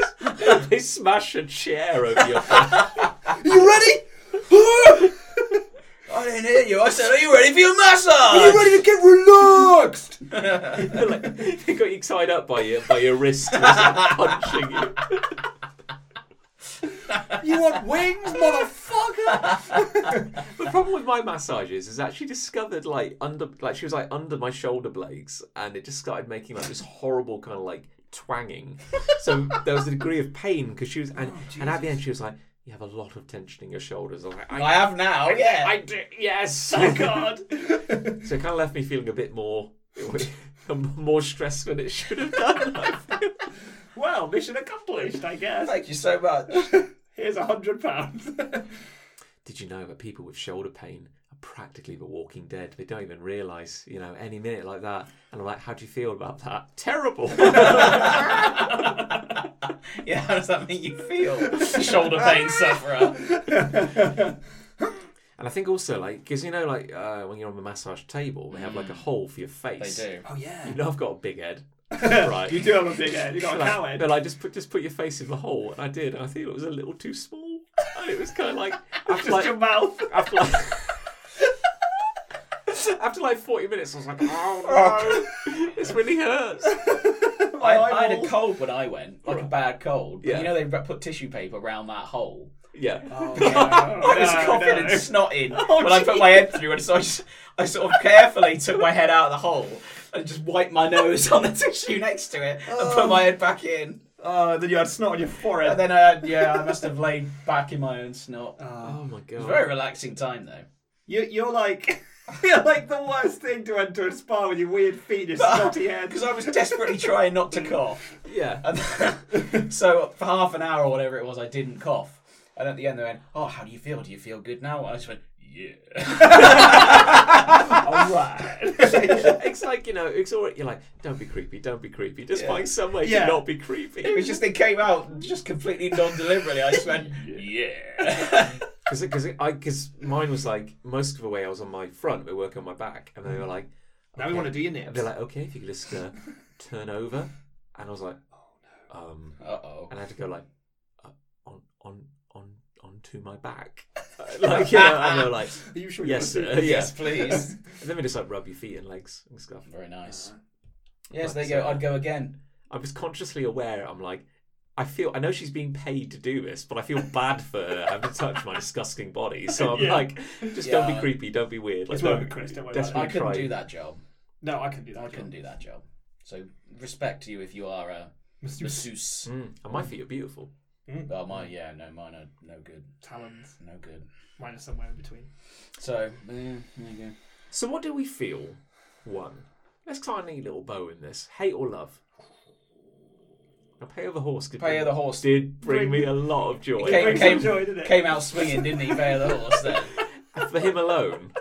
Speaker 1: they smash a chair over your back.
Speaker 3: You ready?
Speaker 2: I didn't hear you. I said, Are you ready for your massage?
Speaker 3: ready to get relaxed?
Speaker 1: Like, tied up by your by your wrist, and was punching you.
Speaker 3: You want wings, motherfucker?
Speaker 1: The problem with my massages is that she discovered like under like she was like under my shoulder blades and it just started making like this horrible kind of like twanging. So there was a degree of pain because she was and, and at the end she was like, You have a lot of tension in your shoulders. I was like, I,
Speaker 2: I have now. Yeah.
Speaker 1: I do yes.
Speaker 3: oh god.
Speaker 1: So it kinda left me feeling a bit more more stressed than it should have done. I feel.
Speaker 3: well, mission accomplished, I guess.
Speaker 2: Thank you so much.
Speaker 3: Here's a hundred pounds.
Speaker 1: Did you know that people with shoulder pain are practically the walking dead? They don't even realise, you know, any minute like that. And I'm like, how do you feel about that? Terrible.
Speaker 2: yeah, how does that make you feel? Shoulder pain sufferer.
Speaker 1: And I think also like because you know like uh, when you're on the massage table, they have like a hole for your
Speaker 2: Mm. They
Speaker 1: face.
Speaker 2: do.
Speaker 3: oh yeah.
Speaker 1: You know, I've got a big head, right?
Speaker 3: You do have a big head. You got a
Speaker 1: But
Speaker 3: cow
Speaker 1: I,
Speaker 3: head.
Speaker 1: but I just put just put your face in the hole, and I did, and I think it was a little too small, and it was kind of like after
Speaker 3: Just your
Speaker 1: like,
Speaker 3: mouth.
Speaker 1: after like after like forty minutes, I was like, oh no, this really hurts.
Speaker 2: I,
Speaker 3: My
Speaker 2: I had a
Speaker 3: eyeball.
Speaker 2: cold when I went, like a bad cold. But
Speaker 1: Yeah.
Speaker 2: You know they put tissue paper around that hole.
Speaker 1: Yeah,
Speaker 3: Oh,
Speaker 2: I was
Speaker 3: no,
Speaker 2: coughing
Speaker 3: no.
Speaker 2: and snotting when I put my head through, and so I, s- I sort of carefully took my head out of the hole and just wiped my nose on the tissue next to it and put my head back in.
Speaker 3: Oh, then you had snot on your
Speaker 2: And
Speaker 3: forehead.
Speaker 2: then, uh, yeah, I must have laid back in my own snot. It
Speaker 1: oh my god.
Speaker 2: was a very relaxing time, though.
Speaker 3: You, you're like you're like the worst thing to enter a spa with your weird feet and snotty head.
Speaker 2: Because I was desperately trying not to cough.
Speaker 1: yeah,
Speaker 2: And so for half an hour or whatever it was, I didn't cough. And at the end, they went, "Oh, how do you feel? Do you feel good now?" And I just went, "Yeah."
Speaker 3: All right.
Speaker 1: it's like you know, it's alright. You're like, don't be creepy, don't be creepy. Just
Speaker 2: Yeah.
Speaker 1: find some way
Speaker 3: Yeah.
Speaker 1: to not be creepy.
Speaker 2: It was just they came out just completely non-deliberately. I just went, "Yeah."
Speaker 1: Because because I because mine was like most of the way I was on my front, we work on my back, and they were
Speaker 2: Mm.
Speaker 1: like,
Speaker 3: Now we
Speaker 1: okay.
Speaker 3: want to do your
Speaker 1: And
Speaker 3: nips.
Speaker 1: they're like, okay, if you could just uh, turn over, and I was like, oh no, um,
Speaker 2: Uh oh.
Speaker 1: and I had to go like uh, on on on onto my back, like you know, and they were like,
Speaker 3: Are you sure? you
Speaker 1: yes
Speaker 3: want to
Speaker 1: sir,
Speaker 3: do
Speaker 1: yes.
Speaker 2: please.
Speaker 1: And then we just like rub your feet and legs and stuff.
Speaker 2: Very nice. Yes,
Speaker 1: But,
Speaker 2: there you go.
Speaker 1: uh,
Speaker 2: I'd go again.
Speaker 1: I was consciously aware. I'm like, I feel. I know she's being paid to do this, but I feel bad for her having to touch my disgusting body. So I'm
Speaker 3: Yeah.
Speaker 1: like, just don't be
Speaker 2: Yeah.
Speaker 1: creepy. Don't be weird. Like,
Speaker 3: It's
Speaker 1: don't
Speaker 3: worth
Speaker 1: be
Speaker 3: it, Chris, don't worry about it.
Speaker 1: desperately
Speaker 2: I couldn't
Speaker 1: try-
Speaker 2: do that job.
Speaker 3: No, I can do that.
Speaker 2: I couldn't do that job. So respect to you if you are a
Speaker 3: Masseuse
Speaker 2: masseuse.
Speaker 1: Mm, and my feet are beautiful.
Speaker 2: Well, my yeah, no, mine are no good.
Speaker 3: talons.
Speaker 2: No good.
Speaker 3: Mine is somewhere in between.
Speaker 2: So yeah, there you go.
Speaker 1: So what do we feel? One. Let's tie a neat little bow in this. Hate or love? Now, pay of the horse. Did
Speaker 2: Pay
Speaker 1: bring,
Speaker 2: of the horse.
Speaker 1: did bring me a lot of joy.
Speaker 2: Came-
Speaker 3: Brings
Speaker 2: came-
Speaker 3: some joy, doesn't it?
Speaker 2: Came out swinging, didn't he? Bear the horse then.
Speaker 1: For him alone.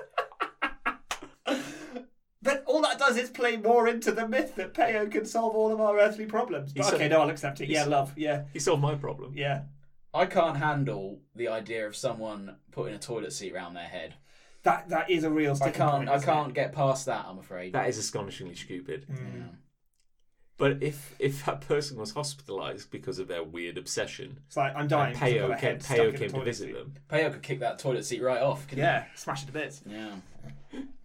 Speaker 3: But all that does is play more into the myth that Peo can solve all of our earthly problems. But
Speaker 1: He's so-
Speaker 3: okay, no, I'll accept it. Yeah, love. Yeah,
Speaker 1: He solved my problem.
Speaker 3: yeah.
Speaker 2: I can't handle the idea of someone putting a toilet seat round their head.
Speaker 3: That that is a real.
Speaker 2: I
Speaker 3: sticking
Speaker 2: can't.
Speaker 3: point,
Speaker 2: I
Speaker 3: isn't it?
Speaker 2: can't get past that. I'm afraid.
Speaker 1: That is astonishingly stupid.
Speaker 2: Yeah.
Speaker 1: But if if that person was hospitalised because of their weird obsession,
Speaker 3: It's like I'm dying.
Speaker 1: and
Speaker 3: because I've got a
Speaker 1: Peo came,
Speaker 3: head stuck in
Speaker 1: Peo
Speaker 3: the
Speaker 1: came to
Speaker 3: toilet
Speaker 1: visit
Speaker 3: seat.
Speaker 1: them.
Speaker 2: Peo could kick that toilet seat right off. Couldn't
Speaker 3: Yeah, smash it to bits.
Speaker 2: He? Yeah.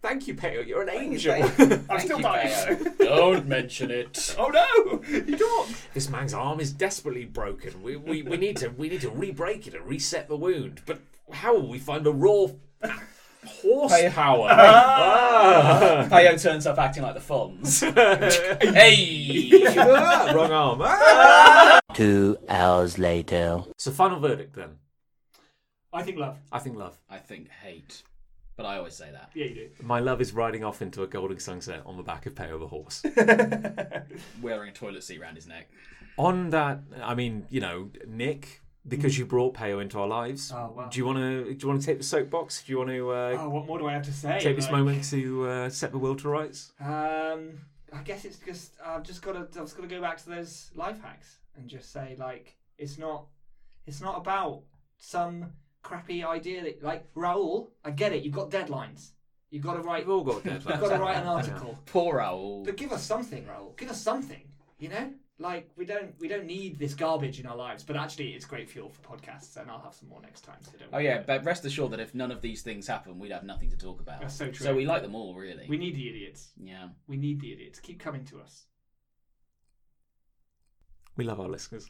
Speaker 1: Thank you, Peo. You're an
Speaker 2: you,
Speaker 1: angel.
Speaker 3: I'm still dying.
Speaker 2: Peo. Don't mention it.
Speaker 3: Oh no! You don't.
Speaker 1: this man's arm is desperately broken. We, we, we need to we need to re-break it and reset the wound. But how will we find the raw horsepower? Ah.
Speaker 2: Peo turns up acting like the Fonz. hey!
Speaker 1: Ah, Wrong arm. Ah.
Speaker 4: Two hours later.
Speaker 1: So final verdict then.
Speaker 3: I think love.
Speaker 1: I think love.
Speaker 2: I think hate, but I always say that.
Speaker 3: Yeah, you do.
Speaker 1: My love is riding off into a golden sunset on the back of Peo the horse.
Speaker 2: Wearing a toilet seat round his neck.
Speaker 1: on that, I mean, you know, Nick, because you brought Peo into our lives.
Speaker 3: Mm. Oh, wow.
Speaker 1: Do you want to? Do you want to take the soapbox? Do you want to uh,
Speaker 3: Oh, what more do I have to say?
Speaker 1: take this
Speaker 3: Like,
Speaker 1: moment to uh, set the world to rights?
Speaker 3: Um, I guess it's just I've just got to I've just got to go back to those life hacks and just say like it's not it's not about some crappy idea that like Raoul. I get it. You've got deadlines. You've got to write.
Speaker 1: We've all got
Speaker 3: You've
Speaker 1: deadlines.
Speaker 3: got to write an article.
Speaker 2: Poor owl.
Speaker 3: But give us something, Raoul. Give us something. You know, like we don't we don't need this garbage in our lives. But actually, it's great fuel for podcasts, and I'll have some more next time. So don't.
Speaker 2: Oh
Speaker 3: worry.
Speaker 2: yeah, but rest assured that if none of these things happen, we'd have nothing to talk about.
Speaker 3: That's so true.
Speaker 2: So we like them all, really.
Speaker 3: We need the idiots.
Speaker 2: Yeah.
Speaker 3: We need the idiots. Keep coming to us.
Speaker 1: We love our listeners.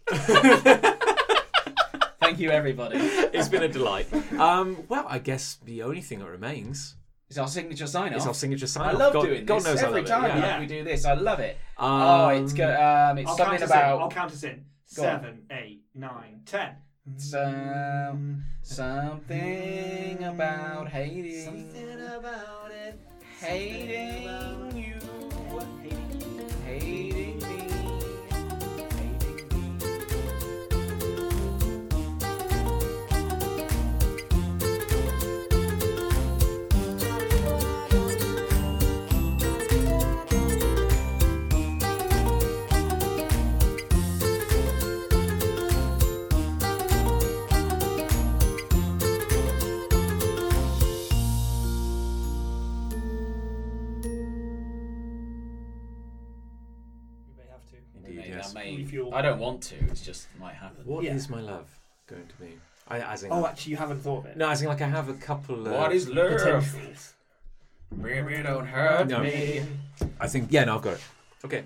Speaker 2: Thank you, everybody.
Speaker 1: it's been a delight. Um, well, I guess the only thing that remains
Speaker 2: It's our signature sign
Speaker 1: is our
Speaker 2: off.
Speaker 1: signature sign.
Speaker 2: I love
Speaker 1: "Oh, God,
Speaker 2: doing
Speaker 1: God
Speaker 2: this
Speaker 1: knows I
Speaker 2: every
Speaker 1: love
Speaker 2: time
Speaker 1: It. Yeah.
Speaker 2: that we do this. I love it.
Speaker 1: Um,
Speaker 2: oh, it's go, um, it's
Speaker 3: I'll count
Speaker 2: something
Speaker 3: us in. I'll
Speaker 2: about
Speaker 3: count us in.
Speaker 2: Go on.
Speaker 3: Seven, eight, nine, ten.
Speaker 2: some, something about hating,
Speaker 3: about it.
Speaker 2: hating you, hating me, hating me.
Speaker 3: We may have to.
Speaker 1: Indeed,
Speaker 2: Maybe
Speaker 1: yes.
Speaker 2: I, may-
Speaker 3: Refuel.
Speaker 2: I don't want to. It's just might happen.
Speaker 1: What
Speaker 3: Yeah.
Speaker 1: is my love going to be? I, as in,
Speaker 3: Oh, actually, you haven't thought of it.
Speaker 1: no, I think like I have a couple. uh, Of,
Speaker 2: What is love?
Speaker 3: Potentials.
Speaker 2: Baby, don't hurt
Speaker 1: No.
Speaker 2: me.
Speaker 1: I think yeah, no, I've got it. Okay.